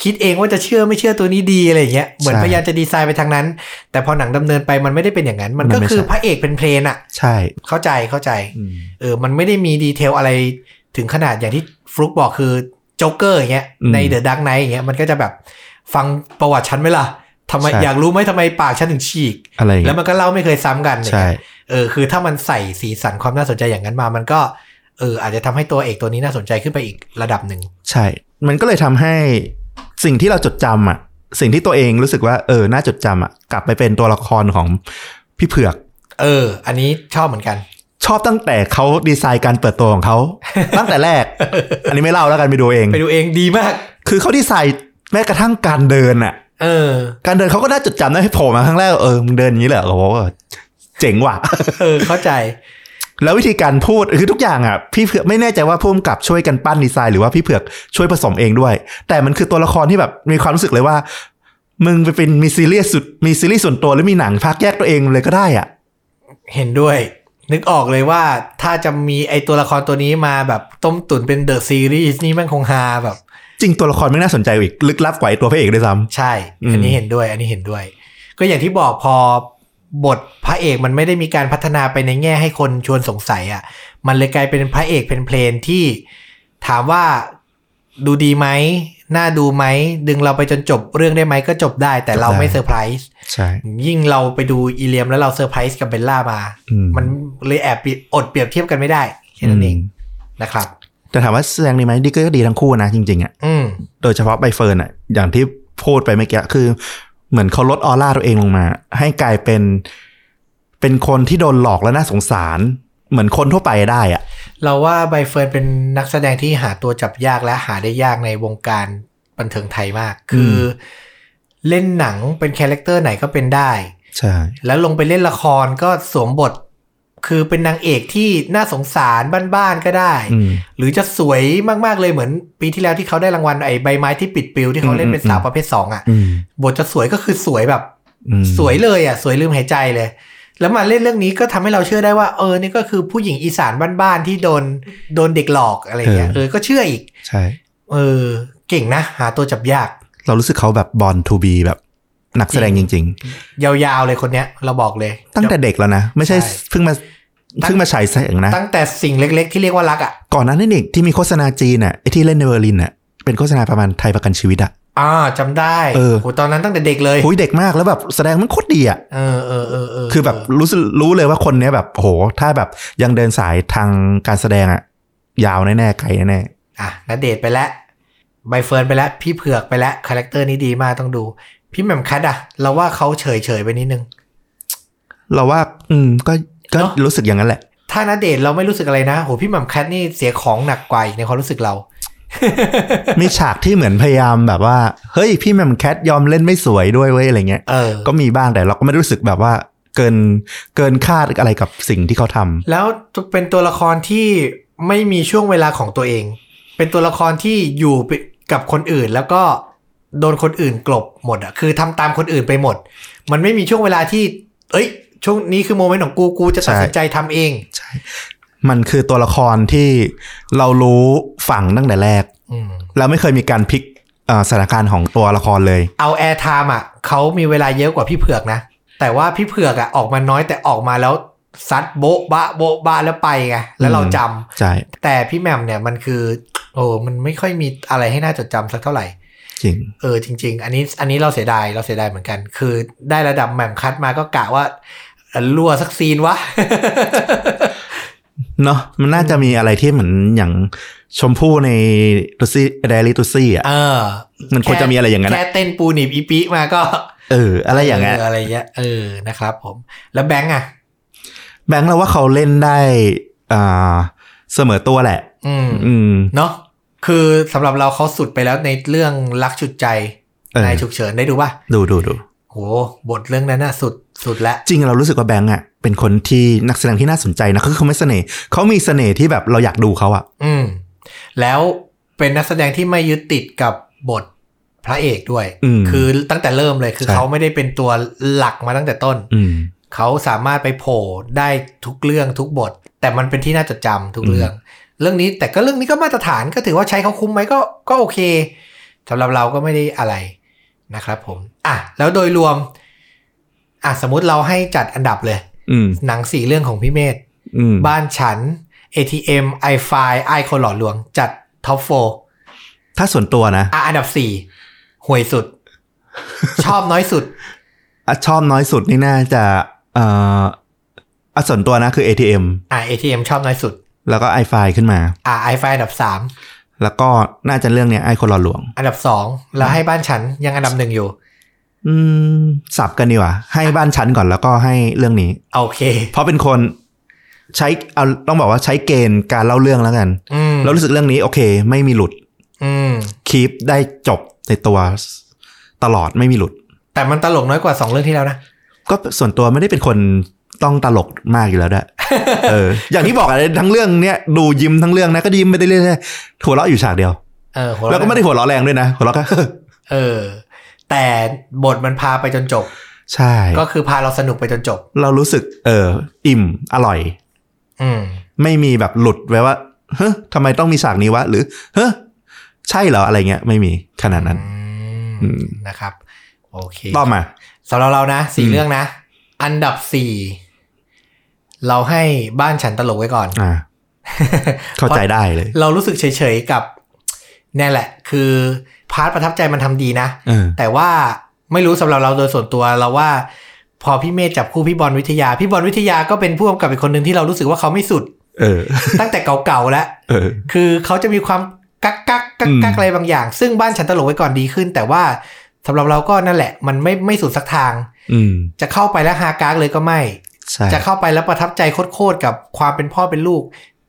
Speaker 1: คิดเองว่าจะเชื่อไม่เชื่อตัวนี้ดีอะไรอย่างเงี้ยเหมือนพยายามจะดีไซน์ไปทางนั้น แต่พอหนังดำเนินไปมันไม่ได้เป็นอย่างนั้น มันก็คือพระเอกเป็นเพลนอะ
Speaker 2: ใช่
Speaker 1: เข้าใจเข้าใจ
Speaker 2: อืม
Speaker 1: เออ มันไม่ได้มีดีเทลอะไรถึงขนาดอย่างที่ฟลุกบอกคือโจ๊กเกอร์อย่างเงี้ย ในเดอะดักไนท์อย่างเงี้ย มันก็จะแบบฟังประวัติฉันไหมล่ะทำไมอยากรู้ไหมทำไมปากฉันถึงฉีก
Speaker 2: อะไรอย่าง
Speaker 1: แล้
Speaker 2: เงี้
Speaker 1: วย มันก็เล่าไม่เคยซ้ำกันเนี่ย
Speaker 2: ใช่
Speaker 1: เออ คือถ้ามันใส่สีสันความน่าสนใจอย่างนั้นมา มันก็ เออ อาจจะทำให้ตัวเอกตัวนี้น่าสนใจขึ้นไปอีกระดับหนึ่ง
Speaker 2: ใช่ มันก็เลยทำให้สิ่งที่เราจดจำอ่ะ สิ่งที่ตัวเองรู้สึกว่าเออน่าจดจำอ่ะ กลับไปเป็นตัวละครของพี่เผือก
Speaker 1: เออ อันนี้ชอบเหมือนกัน
Speaker 2: ชอบตั้งแต่เขาดีไซน์การเปิดตัวของเขา ตั้งแต่แรก อันนี้ไม่เล่าแล้วกันไปดูเอง
Speaker 1: ไปดูเองดีมาก
Speaker 2: คือเขาดีไซน์แม้กระทั่งการเดินอ่ะ
Speaker 1: เออ
Speaker 2: การเดินเขาก็น่าจดจำนะให้โผล่มาครั้งแรกเออมึงเดินอย่างนี้เหรอโอ้โหเจ๋งว่ะ
Speaker 1: เออ เข้าใจ
Speaker 2: แล้ววิธีการพูดคือทุกอย่างอ่ะพี่เผือกไม่แน่ใจว่าพุ่มกับช่วยกันปั้นดีไซน์หรือว่าพี่เผือกช่วยผสมเองด้วย แต่มันคือตัวละครที่แบบมีความรู้สึกเลยว่า มึงไปเป็นมีซีรีส์สุดมีซีรีส์ส่วนตัวหรือมีหนังพักแยกตัวเองเลยก็ได้อ่ะ
Speaker 1: เห็นด้วย นึกออกเลยว่าถ้าจะมีไอตัวละครตัวนี้มาแบบต้มตุ๋นเป็นเดอะซีรีส์นี่แม่งคงฮาแบบ
Speaker 2: จริงตัวละครไม่น่าสนใจอีกลึกลับกว่าไอ้ตัวพระเอกด้วยซ้
Speaker 1: ใช่
Speaker 2: อืม
Speaker 1: อันนี้เห็นด้วย อันนี้เห็นด้วย ก็อย่างที่บอกพอบทพระเอกมันไม่ได้มีการพัฒนาไปในแง่ให้คนชวนสงสัยอะ่ะ มันเลยกลายเป็นพระเอกเป็นเพลนที่ถามว่าดูดีไหม น่าดูไหม ดึงเราไปจนจบเรื่องได้ไหมก็จบได้ แต่เราไม่เซอร์ไพรส์
Speaker 2: ำใช่
Speaker 1: ยิ่งเราไปดูอีเลียมแล้วเราเซอร์ไพรส์กับเบลล่ามา
Speaker 2: อืม
Speaker 1: มันเลยแอบปิอดเปรียบเทียบกันไม่ได้แค่นั้นเองนะครับ
Speaker 2: แต่ถามว่าแสดงดีไหมดีก็ดีทั้งคู่นะจริงๆอ่ะ
Speaker 1: อืม
Speaker 2: โดยเฉพาะใบเฟิร์นอ่ะอย่างที่พูดไปเมื่อกี้คือ เหมือนเขาลดออร่าตัวเองลงมา ให้กลายเป็น เป็นคนที่โดนหลอกและน่าสงสาร เหมือนคนทั่วไปได้อ่ะ
Speaker 1: เราว่าใบเฟิร์นเป็นนักแสดงที่หาตัวจับยากและหาได้ยากในวงการบันเทิงไทยมาก คืออเล่นหนังเป็นคาแรคเตอร์ไหนก็เป็นได้
Speaker 2: ใช่
Speaker 1: แล้วลงไปเล่นละครก็สวมบท คือเป็นนางเอกที่น่าสงสารบ้านๆก็ได้
Speaker 2: อืม
Speaker 1: หรือจะสวยมากๆเลยเหมือนปีที่แล้วที่เขาได้รางวัลไอ้ใบไม้ที่ปิดปิวที่เขาเล่นเป็นสาวประเภทสองอ่ะ
Speaker 2: อืม
Speaker 1: บทจะสวยก็คือสวยแบบ
Speaker 2: อืม
Speaker 1: สวยเลยอ่ะ สวยลืมหายใจเลย แล้วมาเล่นเรื่องนี้ก็ทำให้เราเชื่อได้ว่า เออนี่ก็คือผู้หญิงอีสานบ้านๆที่โดนโดนเด็กหลอกอะไรอย่างเงี้ยเออก็เชื่ออีก
Speaker 2: ใช่
Speaker 1: เออ เก่งนะ หาตัวจับยาก
Speaker 2: เรารู้สึกเขาแบบบอลทูบีแบบนักแสดงจริง
Speaker 1: ยาวๆเลยคนเนี้ย เราบอกเลย
Speaker 2: ๆ ตั้งแต่เด็กแล้วนะ ไม่ใช่
Speaker 1: ใช่
Speaker 2: เพิ่งมา
Speaker 1: ตั้ง
Speaker 2: เพิ่งมาฉายแสงนะ
Speaker 1: ตั้งแต่สิ่งเล็กๆ ที่เรียกว่ารักอ่ะ
Speaker 2: ก่อนหนั้านนี่ที่มีโฆษณาจีนอ่ะไอที่เล่นในเวอร์ลินอ่ะเป็นโฆษณาประมาณไทยประกันชีวิตอ่ะ
Speaker 1: อ่าจำได้
Speaker 2: เออ
Speaker 1: โหตอนนั้นตั้งแต่เด็กเลย
Speaker 2: โอ้ยเด็กมากแล้วแบบแสดงมันโคตรดีอ่ะ
Speaker 1: เออเออเออเออ
Speaker 2: คือแบบรู้สึกรู้เลยว่าคนเนี้ยแบบโหถ้าแบบยังเดินสายทางการแสดงอ่ะ ยาวแน่ๆไกลแน่
Speaker 1: อ่ะนเดชน์ไปแล้วใบเฟิร์นไปแล้ว พี่เผือกไปแล้วคาแรคเตอร์นี้ดีมากต้องดู พี่แหม่มคัดอ่ะ เราว่าเขาเฉยๆไปนิดนึง
Speaker 2: ๆเราว่า อืมก็ก็
Speaker 1: เนอะ
Speaker 2: รู้สึกอย่างนั้นแหละ
Speaker 1: ถ้านาเดทเราไม่รู้สึกอะไรนะโหพี่หม่ำแคทนี่เสียของหนักกว่าอีกในความรู้สึกเรา
Speaker 2: มีฉากที่เหมือนพยายามแบบว่าเฮ้ยพี่แหมมแคทยอมเล่นไม่สวยด้วยเว้ยอะไรเงี้ย
Speaker 1: เออ
Speaker 2: ก็มีบ้างแต่เราก็ไม่ได้รู้สึกแบบว่าเกินเกินคาดอะไรกับสิ่งที่เขาทำ
Speaker 1: แล้วเป็นตัวละครที่ไม่มีช่วงเวลาของตัวเอง เป็นตัวละครที่อยู่กับคนอื่นแล้วก็โดนคนอื่นกลบหมดอะคือทำตามคนอื่นไปหมด มันไม่มีช่วงเวลาที่ เอ้ย ช่วงนี้คือโมเมนต์ของกูกูจะตัดสินใจทำเอง
Speaker 2: มันคือตัวละครที่เรารู้ฝั่งตั้งแต่แรก
Speaker 1: อืม
Speaker 2: เราไม่เคยมีการพลิกเอ่อสถานการณ์ของตัวละครเลย
Speaker 1: เอาแอร์ไทม์อ่ะเขามีเวลาเยอะกว่าพี่เผือกนะ แต่ว่าพี่เผือกอ่ะออกมาน้อยแต่ออกมาแล้วซัดโบ๊ะบะโบ๊ะบะแล้วไปไงแล้วเราจำ
Speaker 2: ใช่
Speaker 1: แต่พี่แหม่มเนี่ยมันคือ โอ้มันไม่ค่อยมีอะไรให้น่าจดจำสักเท่าไหร่
Speaker 2: จริง
Speaker 1: เออจริง ๆ อันนี้อันนี้เราเสียดายเราเสียดายเหมือนกัน คือได้ระดับแหม่มคัดมาก็กะว่าเอ่อรั่วสักซีนวะ
Speaker 2: เนาะมันน่าจะมีอะไรที่เหมือนอย่างชมพู่ในตุซี่เดลี่ตุซี่อ่ะ
Speaker 1: เออ
Speaker 2: มันควรจะมีอะไรอย่างนั้นอะ
Speaker 1: แค่เต้นปูหนีบอีปิมาก็
Speaker 2: เออ อะไรอย่างเงี้ย
Speaker 1: เอออะไรเงี้ยเออนะครับผม แล้วแบงค์อ่ะ
Speaker 2: แบงค์เราว่าเขาเล่นได้อ่าเสมอตัวแหละ
Speaker 1: อืม
Speaker 2: อืม
Speaker 1: เนาะคือสำหรับเราเขาสุดไปแล้วในเรื่องรักฉุดใจ
Speaker 2: เออ
Speaker 1: ในฉุกเฉินได้ดูป่ะ
Speaker 2: ดูดูดู
Speaker 1: โหบทเรื่องนั้นน่ะสุดสุดแล้ว
Speaker 2: จริงๆเรารู้สึกว่าแบงค์อ่ะเป็นคนที่นักแสดงที่น่าสนใจนะคือเขาไม่เสน่ห์เขามีเสน่ห์ที่แบบเราอยากดูเขาอ่ะ
Speaker 1: อืม แล้วเป็นนักแสดงที่ไม่ยึดติดกับบทพระเอกด้วย
Speaker 2: อืม
Speaker 1: คือตั้งแต่เริ่มเลยคือ
Speaker 2: ใช่
Speaker 1: เขาไม่ได้เป็นตัวหลักมาตั้งแต่ต้น
Speaker 2: อืม
Speaker 1: เขาสามารถไปโผล่ได้ทุกเรื่องทุกบท แต่มันเป็นที่น่าจดจำทุก
Speaker 2: อืม
Speaker 1: เรื่อง เรื่องนี้แต่ก็เรื่องนี้ก็มาตรฐานก็ถือว่าใช้เขาคุ้มไหมก็ก็โอเคสำหรับเราก็ไม่ได้อะไรนะครับผม อ่ะ แล้วโดยรวม อ่ะสมมุติเราให้จัดอันดับเลย
Speaker 2: อืม
Speaker 1: หนังสี่เรื่องของพี่เมธ
Speaker 2: อืม
Speaker 1: บ้านฉัน ATM i f i ไอคนหล่อลวง จัดท็อปโฟ
Speaker 2: ถ้าส่วนตัวนะ
Speaker 1: อ่ะอันดับสี่ห่วยสุ ด ชอบน้อยสุด
Speaker 2: อ่ะชอบน้อยสุดนี่น่าจะเอ่ออ่ะส่วนตัวนะคือ ATM
Speaker 1: อ่ะ ATM ชอบน้อยสุด
Speaker 2: แล้วก็ i f i ขึ้นมา
Speaker 1: อ่ะ i f i อันดับสาม
Speaker 2: แล้วก็น่าจะเรื่องเนี้ยไอคนหล่อหลวง
Speaker 1: อันดับสองแล้วให้บ้านฉันยังอันดับหนึ่งอยู่
Speaker 2: อืม สับกันดีกว่าให้บ้านชั้นก่อนแล้วก็ให้เรื่องนี้
Speaker 1: โอเค
Speaker 2: เพราะเป็นคนใช้เอาต้องบอกว่าใช้เกณฑ์การเล่าเรื่องแล้วกัน
Speaker 1: อืม
Speaker 2: แล้วรู้สึกเรื่องนี้โอเค ไม่มีหลุด
Speaker 1: อืม
Speaker 2: คีปได้จบในตัวตลอดไม่มีหลุด
Speaker 1: แต่มันตลกน้อยกว่าสองเรื่องที่แล้วนะ
Speaker 2: ก็ส่วนตัวไม่ได้เป็นคนต้องตลกมากอยู่แล้วด้วย เออ อย่างที่บอกอะไรทั้งเรื่องเนี้ยดูยิ้มทั้งเรื่องนะก็ยิ้มไม่ได้เรื่อยๆหัวเราะอยู่ฉากเดียว
Speaker 1: เออหัวเราะ
Speaker 2: แล้วก็ไม่ได้หัวเราะแรงด้วยนะหัวเราะก็
Speaker 1: เออ แต่บทมันพาไปจน จบ
Speaker 2: ใช่
Speaker 1: ก็คือพาเราสนุกไปจนจบ
Speaker 2: เรารู้สึก เออ อิ่มอร่อย
Speaker 1: อืม
Speaker 2: ไม่มีแบบหลุดไว้ว่าเฮ้ยทำไมต้องมีฉากนี้วะ หรือเฮ้ยใช่เหรออะไรเงี้ย ไม่มีขนาดนั้น
Speaker 1: อืม
Speaker 2: อืม
Speaker 1: นะครับ โอเค
Speaker 2: ต่อมา
Speaker 1: สำหรับเรานะสี่
Speaker 2: อืม
Speaker 1: เรื่องนะ อันดับสี่เราให้บ้านฉันตลกไว้ก่อน
Speaker 2: อ่า เข้าใจได้เลย
Speaker 1: เรารู้สึกเฉยๆกับนี่นแหละ คือพาร์ทประทับใจมันทำดีนะ
Speaker 2: เออ
Speaker 1: แต่ว่าไม่รู้สำหรับเราโดยส่วนตัวเราว่า พอพี่เมธจับคู่พี่บอลวิทยา พี่บอลวิทยาก็เป็นผู้กำกับอีกคนหนึ่งที่เรารู้สึกว่าเขาไม่ สุด
Speaker 2: เออ
Speaker 1: ตั้งแต่เก่าๆแล้ว
Speaker 2: เออ
Speaker 1: คือเขาจะมีความกักกักกักกักอะไรบางอย่าง ซึ่งบ้านฉันตลกไว้ก่อนดีขึ้น แต่ว่าสำหรับเราก็นั่นแหละ มันไม่ไม่สุดสักทาง
Speaker 2: อืม
Speaker 1: จะเข้าไปแล้วฮากากเลยก็ไม่
Speaker 2: ใช่
Speaker 1: จะเข้าไปแล้วประทับใจโคตรๆกับความเป็นพ่อเป็นลูก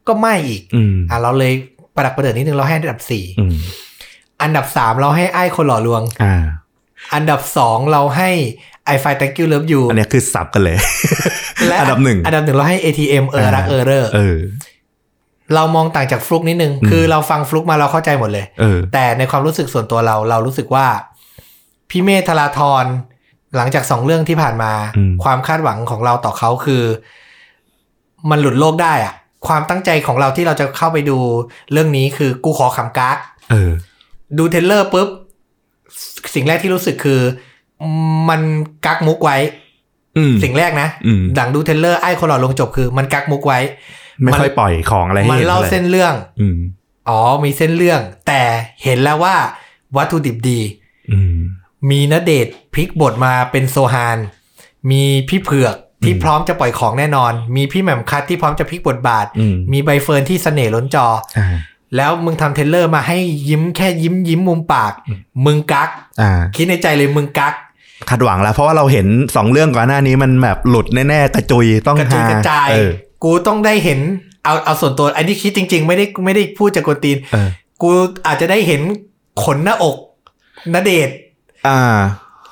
Speaker 1: ก็ไม่อีก
Speaker 2: อืม
Speaker 1: อ่ะเราเลยประดักประเดิดนิดนึงเราให้อันดับสี่
Speaker 2: อืม
Speaker 1: อันดับสามเราให้ไอ้คนหล่อลวง
Speaker 2: อ่า
Speaker 1: อันดับสองเราให้ i f i Thank You Love You
Speaker 2: อันเนี้ยคือสับกันเลย
Speaker 1: และ
Speaker 2: อันดับหนึ่ง
Speaker 1: อันดับหนึ่งเราให้ ATM เออรักเออเรอ
Speaker 2: เออ
Speaker 1: เรามองต่างจากฟลุกนิดนึง
Speaker 2: อืม
Speaker 1: คือเราฟังฟลุกมาเราเข้าใจหมดเลย
Speaker 2: เออ
Speaker 1: แต่ในความรู้สึกส่วนตัวเราเรารู้สึกว่า พี่เมธาราธรหลังจากสองเรื่องที่ผ่านมา
Speaker 2: อืม
Speaker 1: ความคาดหวังของเราต่อเขาคือ มันหลุดโลกได้อะความตั้งใจของเราที่เราจะเข้าไปดูเรื่องนี้คือกูขอขำกาก
Speaker 2: เออ
Speaker 1: ดูเทรลเลอร์ปุ๊บสิ่งแรกที่รู้สึกคือ มันกักมุกไว้
Speaker 2: อืม
Speaker 1: สิ่งแรกนะ
Speaker 2: อืม
Speaker 1: หลังดูเทรลเลอร์ไอ้คนหล่อลงจบคือมันกักมุกไว้
Speaker 2: ไม่ค่อยปล่อยของอะไรให้
Speaker 1: มัน
Speaker 2: เห็น
Speaker 1: เล่า
Speaker 2: เลย
Speaker 1: เส้นเรื่อง
Speaker 2: อืม
Speaker 1: อ๋อ มีเส้นเรื่อง แต่เห็นแล้วว่าวัตถุดิบดี
Speaker 2: อืม
Speaker 1: มีนเดชน์พลิกบทมาเป็นโซฮาน มีพี่เผือกที่
Speaker 2: อืม
Speaker 1: พร้อมจะปล่อยของแน่นอน มีพี่แหม่มคัดที่พร้อมจะพลิกบทบาท
Speaker 2: อืม
Speaker 1: มีใบเฟิร์นที่เสน่ห์ล้นจอ
Speaker 2: อ่า
Speaker 1: แล้วมึงทำเทรลเลอร์มาให้ยิ้มแค่ยิ้มยิ้มมุมปาก
Speaker 2: อืม
Speaker 1: มึงกัก
Speaker 2: อ่า
Speaker 1: คิดในใจเลยมึงกัก
Speaker 2: คาดหวังแล้ว เพราะว่าเราเห็นสองเรื่องก่อนหน้านี้มันแบบหลุดแน่ๆกระจุยต้อง
Speaker 1: กระจุย
Speaker 2: ห
Speaker 1: กระจาย
Speaker 2: เออ
Speaker 1: กูต้องได้เห็น เอาเอาส่วนตัว อันนี้คิดจริง ๆ ไม่ได้ไม่ได้พูดจากกวนตีน
Speaker 2: เออ
Speaker 1: กูอาจจะได้เห็นขนหน้าอกณเดชน์
Speaker 2: อ่า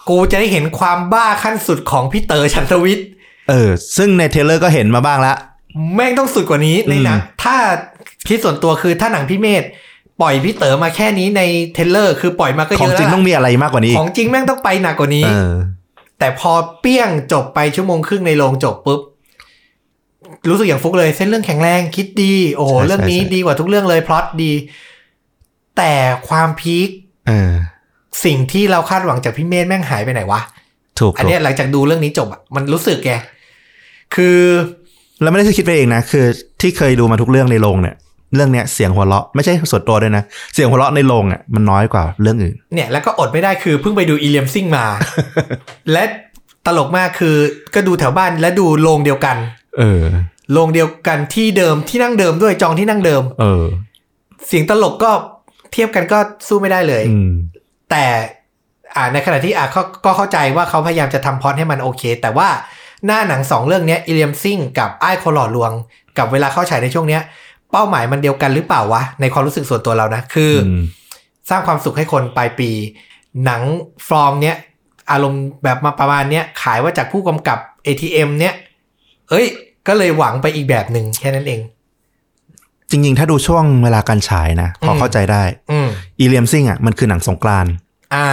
Speaker 1: กูจะได้เห็นความบ้าขั้นสุดของพี่เต๋อชันทวิทย์
Speaker 2: เออ ซึ่งในเทรลเลอร์ก็เห็นมาบ้างละ
Speaker 1: แม่งต้องสุดกว่านี้ในหนัง
Speaker 2: อืม
Speaker 1: ถ้าคิดส่วนตัวคือถ้าหนังพี่เมธปล่อยพี่เต๋อมาแค่นี้ในเทรลเลอร์ คือปล่อยมาก็
Speaker 2: ขอ
Speaker 1: เย
Speaker 2: ง
Speaker 1: อะ
Speaker 2: จริง
Speaker 1: แล้ว
Speaker 2: ต้องมีอะไรมากกว่านี้อี
Speaker 1: ข
Speaker 2: ก
Speaker 1: องจริงแม่งต้องไปหนักกว่านี้
Speaker 2: เออ
Speaker 1: แต่พอเปี้ยงจบไปชั่วโมงครึ่งในโรงจบปุ๊บ รู้สึกอย่างฟุกเลย เส้นเรื่องแข็งแรงคิดดี โอ้โห
Speaker 2: ใช่ใช่
Speaker 1: เรื่องนี้
Speaker 2: ใช่
Speaker 1: ดีกว่าทุกเรื่องเลยพล็อตดี แต่ความพีค
Speaker 2: เออ
Speaker 1: สิ่งที่เราคาดหวังจากพี่เมธแม่งหายไปไหนวะ
Speaker 2: ถูก
Speaker 1: อันเนี้ยหลังจากดูเรื่องนี้จบอะมันรู้สึกไงคือ
Speaker 2: แล้วไม่ได้คิดไปเองนะ คือที่เคยดูมาทุกเรื่องในโรงเนี่ย เรื่องเนี้ยเสียงหัวเราะไม่ใช่ส่วนตัวด้วยนะ เสียงหัวเราะในโรงอ่ะมันน้อยกว่าเรื่องอื่น
Speaker 1: เนี่ย แล้วก็อดไม่ได้คือเพิ่งไปดูอีเลียมซิ่งมา และตลกมากคือก็ดูแถวบ้านและดูโรงเดียวกัน
Speaker 2: เออ
Speaker 1: โรงเดียวกันที่เดิมที่นั่งเดิมด้วยจองที่นั่งเดิม
Speaker 2: เออ
Speaker 1: เสียงตลกก็เทียบกันก็สู้ไม่ได้เลย
Speaker 2: อืม
Speaker 1: แต่อ่าในขณะที่อ่ะก็ก็เข้าใจว่าเขาพยายามจะทำพล็อดให้มันโอเค แต่ว่า หน้าหนังสองเรื่องเนี้ยอิเลียมซิงกับไอ้ายคนหล่อลวง กับเวลาเข้าฉายในช่วงเนี้ย เป้าหมายมันเดียวกันหรือเปล่าวะ ในความรู้สึกส่วนตัวเรานะ คือ
Speaker 2: ม
Speaker 1: สร้างความสุขให้คนปลายปี หนังฟอร์มเนี้ยอารมณ์แบบมาประมาณเนี้ยขายว่าจากผู้กำกับ ATM เนี้ยเอ้ย ก็เลยหวังไปอีกแบบหนึ่งแค่นั้นเอง
Speaker 2: จริง ๆ ถ้าดูช่วงเวลาการฉายนะ พออ
Speaker 1: ม
Speaker 2: เข้าใจได้
Speaker 1: อืม
Speaker 2: อีเลียมซิงอ่ะมันคือหนังสงกรานต์
Speaker 1: อ่า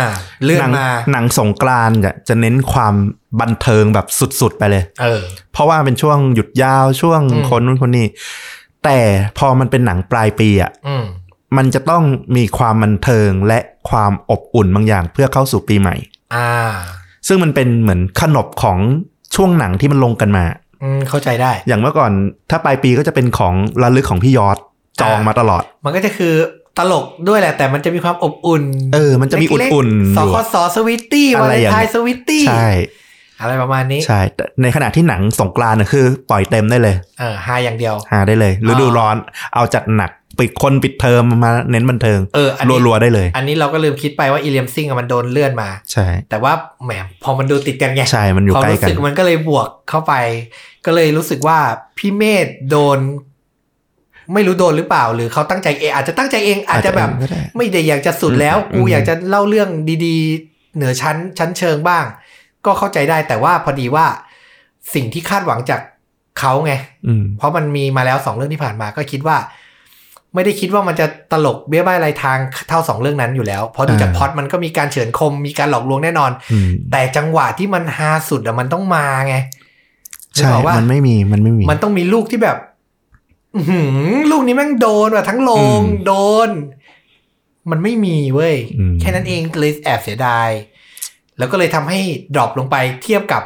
Speaker 1: เลื่อน
Speaker 2: หนัง
Speaker 1: มา
Speaker 2: หนังสงกรานต์จะจะเน้นความบันเทิงแบบสุด ๆ ไปเลย
Speaker 1: เออ
Speaker 2: เพราะว่าเป็นช่วงหยุดยาวช่วง
Speaker 1: อืม
Speaker 2: คนนู้นคนนี้ แต่พอมันเป็นหนังปลายปีอ่ะ
Speaker 1: อืม
Speaker 2: มันจะต้องมีความบันเทิงและความอบอุ่นบางอย่างเพื่อเข้าสู่ปีใหม่
Speaker 1: อ่า
Speaker 2: ซึ่งมันเป็นเหมือนขนบของช่วงหนังที่มันลงกันมา
Speaker 1: อืม เข้าใจได้
Speaker 2: อย่างเมื่อก่อนถ้าปลายปีก็จะเป็นของระลึกของพี่ยอดจองมาตลอด
Speaker 1: มันก็จะคือตลกด้วยแหละ แต่มันจะมีความอบอุ่น
Speaker 2: เออ มันจะมี
Speaker 1: เล็กๆ
Speaker 2: อุ่นๆอ
Speaker 1: ส
Speaker 2: ยู่
Speaker 1: คสสวิตตี้
Speaker 2: อะ
Speaker 1: วัน
Speaker 2: ไร
Speaker 1: เล
Speaker 2: อนย่าง
Speaker 1: ไท
Speaker 2: เงี้ย
Speaker 1: น์สวิตตี้
Speaker 2: ใช่
Speaker 1: อะไรประมาณนี้
Speaker 2: ใช่แต่ในขณะที่หนังสงกรานต์น่ะคือ ปล่อยเต็มได้เลย
Speaker 1: เออฮาอย่างเดียว
Speaker 2: หาได้เลยฤดู
Speaker 1: อ๋อ
Speaker 2: ร้อนเอาจัดหนักปิดคนปิดเทอมมาเน้นบันเทิง
Speaker 1: เอออันนี้
Speaker 2: รัวๆได้เลย
Speaker 1: อันนี้เราก็ลืมคิดไปว่าอีเลียมซิงมันโดนเลื่อนมา
Speaker 2: ใช่
Speaker 1: แต่ว่าแหมพอมันดูติดกันไง
Speaker 2: ใช่มันอยู่
Speaker 1: ความ
Speaker 2: ใกล้
Speaker 1: รู้
Speaker 2: กัน
Speaker 1: สึกมันก็เลยบวกเข้าไป ก็เลยรู้สึกว่าพี่เมธโดน ไม่รู้โดนหรือเปล่า หรือเขาตั้งใจเองอาจจะตั้งใจเองอาจจะแบบ
Speaker 2: ก็ได้
Speaker 1: ไม่ได้อยากจะสุดแล้ว
Speaker 2: อืม
Speaker 1: กูอยากจะเล่าเรื่องดีๆ เหนือชั้นชั้นเชิงบ้าง ก็เข้าใจได้แต่ว่าพอดีว่าสิ่งที่คาดหวังจากเขาไง
Speaker 2: อืม
Speaker 1: เพราะมันมีมาแล้วสองเรื่องที่ผ่านมาก็คิดว่า ไม่ได้คิดว่ามันจะตลกเบี้ยบ้ายลายทางเท่าสองเรื่องนั้นอยู่แล้วเพราะดูจาก
Speaker 2: อ่า
Speaker 1: พล็อดมันก็มีการเฉือนคมมีการหลอกลวงแน่นอน
Speaker 2: อืม
Speaker 1: แต่จังหวะที่มันฮาสุดอะมันต้องมาไง
Speaker 2: ใช่
Speaker 1: นึกออกปะ
Speaker 2: มันไม่มีมันไม่มี
Speaker 1: มันต้องมีลูกที่แบบ อื้อหือลูกนี้แม่งโดนว่ะทั้งโลง
Speaker 2: อืม
Speaker 1: โดน มันไม่มีเว้ย
Speaker 2: อืม
Speaker 1: แค่นั้นเองเลยแอบเสียดาย แล้วก็เลยทำให้ดรอปลงไปเทียบกับ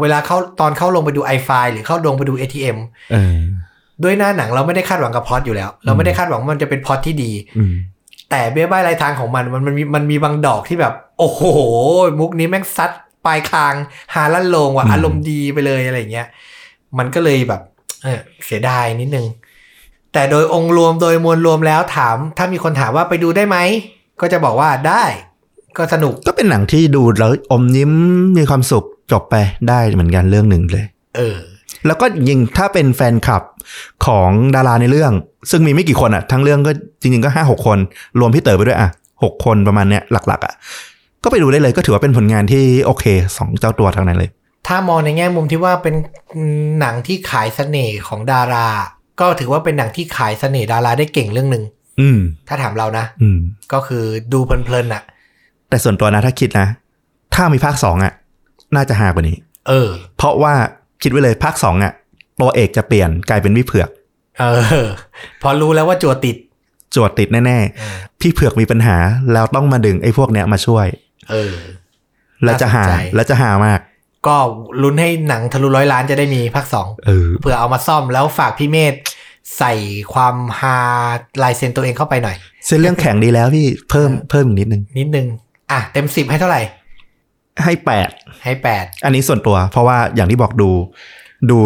Speaker 1: เวลาเข้าตอนเข้าลงไปดู i f i หรือเข้าลงไปดู ATM
Speaker 2: เออ
Speaker 1: ด้วยหน้าหนังเราไม่ได้คาดหวังกับพล็อดอยู่แล้ว เราไม่ได้คาดหวังว่ามันจะเป็นพล็อดที่ดี
Speaker 2: อืม
Speaker 1: แต่เบี้ยบ้ายลายทางของมันมันมันมีมันมีบางดอกที่แบบ โอ้โห มุกนี้แม่งซัดปลายคางหาลั่นโลงว่ะ
Speaker 2: อืม
Speaker 1: อารมณ์ดีไปเลยอะไรอย่างเงี้ยมันก็เลยแบบเออเสียดายนิดนึง แต่โดยองค์รวมโดยมวลรวมแล้วถาม ถ้ามีคนถามว่าไปดูได้ไหม ก็จะบอกว่าได้ ก็สนุก
Speaker 2: ก็เป็นหนังที่ดูแล้วอมยิ้มมีความสุขจบไปได้เหมือนกันเรื่องหนึ่งเลย
Speaker 1: เออ
Speaker 2: แล้วก็ยิงถ้าเป็นแฟนคลับของดาราในเรื่อง ซึ่งมีไม่กี่คนอะทั้งเรื่องก็จริงๆก็ห้าหกคน รวมพี่เต๋อไปด้วยอะหกคนประมาณเนี้ยหลักๆอะก็ไปดูได้เลยก็ถือว่าเป็นผลงานที่โอเคสองเจ้าตัวทั้งนั้นเลย
Speaker 1: ถ้ามองในแง่มุมที่ว่าเป็นหนังที่ขายเสน่ห์ของดารา ก็ถือว่าเป็นหนังที่ขายเสน่ห์ดาราได้เก่งเรื่องหนึ่ง
Speaker 2: อืม
Speaker 1: ถ้าถามเรานะ
Speaker 2: อืม
Speaker 1: ก็คือดูเพลินๆอ่ะ
Speaker 2: แต่ส่วนตัวนะถ้าคิดนะ ถ้ามีภาคสองอะน่าจะหากว่านี้
Speaker 1: เออ
Speaker 2: เพราะว่าคิดไว้เลยภาคสองอะตัวเอกจะเปลี่ยนกลายเป็นวิเผือก
Speaker 1: เออ พอรู้แล้วว่าจัวติด
Speaker 2: จวดติดแน่ๆ พี่เผือกมีปัญหาแล้วต้องมาดึงไอ้พวกเนี้ยมาช่วย
Speaker 1: เออ
Speaker 2: แล้วจะหา
Speaker 1: น่าสนใจ
Speaker 2: แล้วจะหามาก
Speaker 1: ก็ลุ้นให้หนังทะลุร้อยล้านจะได้มีภาคสอง
Speaker 2: เออ
Speaker 1: เผื่อเอามาซ่อมแล้วฝากพี่เมธใส่ความฮาลายเซ็นตัวเองเข้าไปหน่อย
Speaker 2: เส้นเรื่องแข็งดีแล้วพี่เพิ่มเพิ่มอีกนิดนึง
Speaker 1: นิดนึง อ่ะ เต็มสิบให้เท่าไหร่
Speaker 2: ให้แปด
Speaker 1: ให้แปด
Speaker 2: อันนี้ส่วนตัว เพราะว่าอย่างที่บอกดู ดู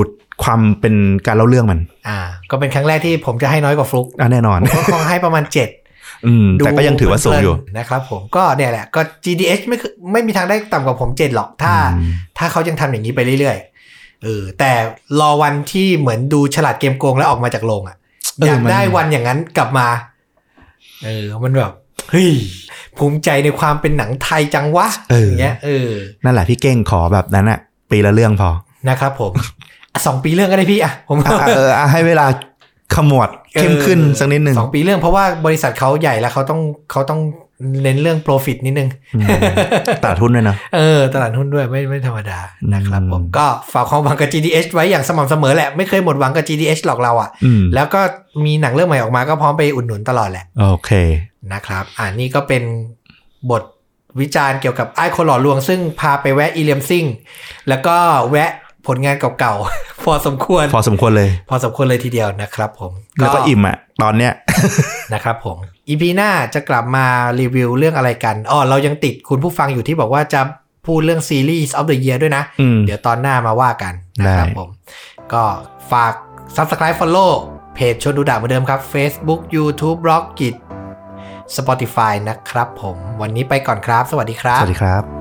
Speaker 2: ความเป็นการเล่าเรื่องมัน
Speaker 1: อ่า ก็เป็นครั้งแรกที่ผมจะให้น้อยกว่าฟลุก
Speaker 2: อ่ะแน่นอน
Speaker 1: ผมก็คงให้ประมาณเจ็ด
Speaker 2: อืม
Speaker 1: ดู
Speaker 2: แต่ก็ยังถือว่าสูงอยู่
Speaker 1: เพลินๆนะครับผมก็เนี่ยแหละก็ GDH ไม่คือไม่มีทางได้ต่ำกว่าผมเจ็ดหรอกถ้า
Speaker 2: อืม
Speaker 1: ถ้าเขายังทำอย่างนี้ไปเรื่อยๆเออแต่รอวันที่เหมือนดูฉลาดเกมโกงแล้วออกมาจากโรงอะ่ะ
Speaker 2: เออ
Speaker 1: อยาก
Speaker 2: มัน
Speaker 1: ได้วันอย่างนั้นกลับมาเออมันแบบเฮ้ยภูมิใจในความเป็นหนังไทยจังวะอย่างเงี้ยเออ
Speaker 2: นั่นแหละพี่เก้งขอแบบนั้นอะปีละเรื่องพอ
Speaker 1: นะครับผมอ่ะสองปีเรื่องก็ได้พี่อ่ะผม
Speaker 2: อ่ะเอออ่ะให้เวลาขมวดเข้มขึ้นสักนิดนึง
Speaker 1: สองปีเรื่องเพราะว่าบริษัทเขาใหญ่แล้วเขาต้องเขาต้องเน้นเรื่อง profit นิดนึง
Speaker 2: อืมตัดทุนด้วยนะ
Speaker 1: เออ ตลาดหุ้นด้วยไม่ไม่ธรรมดานะครับผม
Speaker 2: อืม
Speaker 1: ก็ฝากความหวังกับ GDH ไว้อย่างสม่ำเสมอแหละ ไม่เคยหมดหวังกับ GDH หรอกเราอ่ะ
Speaker 2: อืม
Speaker 1: แล้วก็มีหนังเรื่องใหม่ออกมาก็พร้อมไปอุดหนุนตลอดแหละ
Speaker 2: โอเค
Speaker 1: นะครับ อ่านี่ก็เป็นบทวิจารณ์เกี่ยวกับไอ้คนหล่อลวง ซึ่งพาไปแวะอีเลียมซิงแล้วก็แวะผลงานเก่าๆ พอสมควร
Speaker 2: พอสมควรเลย
Speaker 1: พอสมควรเลยทีเดียวนะครับผม
Speaker 2: แล้วก็อิ่มอะตอนเนี้ย
Speaker 1: นะครับผม อีพีหน้าจะกลับมารีวิวเรื่องอะไรกันอ๋อเรายังติดคุณผู้ฟังอยู่ที่บอกว่าจะพูดเรื่องซีรีส์ of the year ด้วยนะ
Speaker 2: อืม
Speaker 1: เดี๋ยวตอนหน้ามาว่ากันนะครับ
Speaker 2: ได้
Speaker 1: ผม ก็ฝาก subscribe follow เพจชวนดูด่าเหมือนเดิมครับ Facebook YouTube b l o g กิจ Spotify นะครับผม วันนี้ไปก่อนครับ สวัสดีครับ
Speaker 2: สวัสดีครับ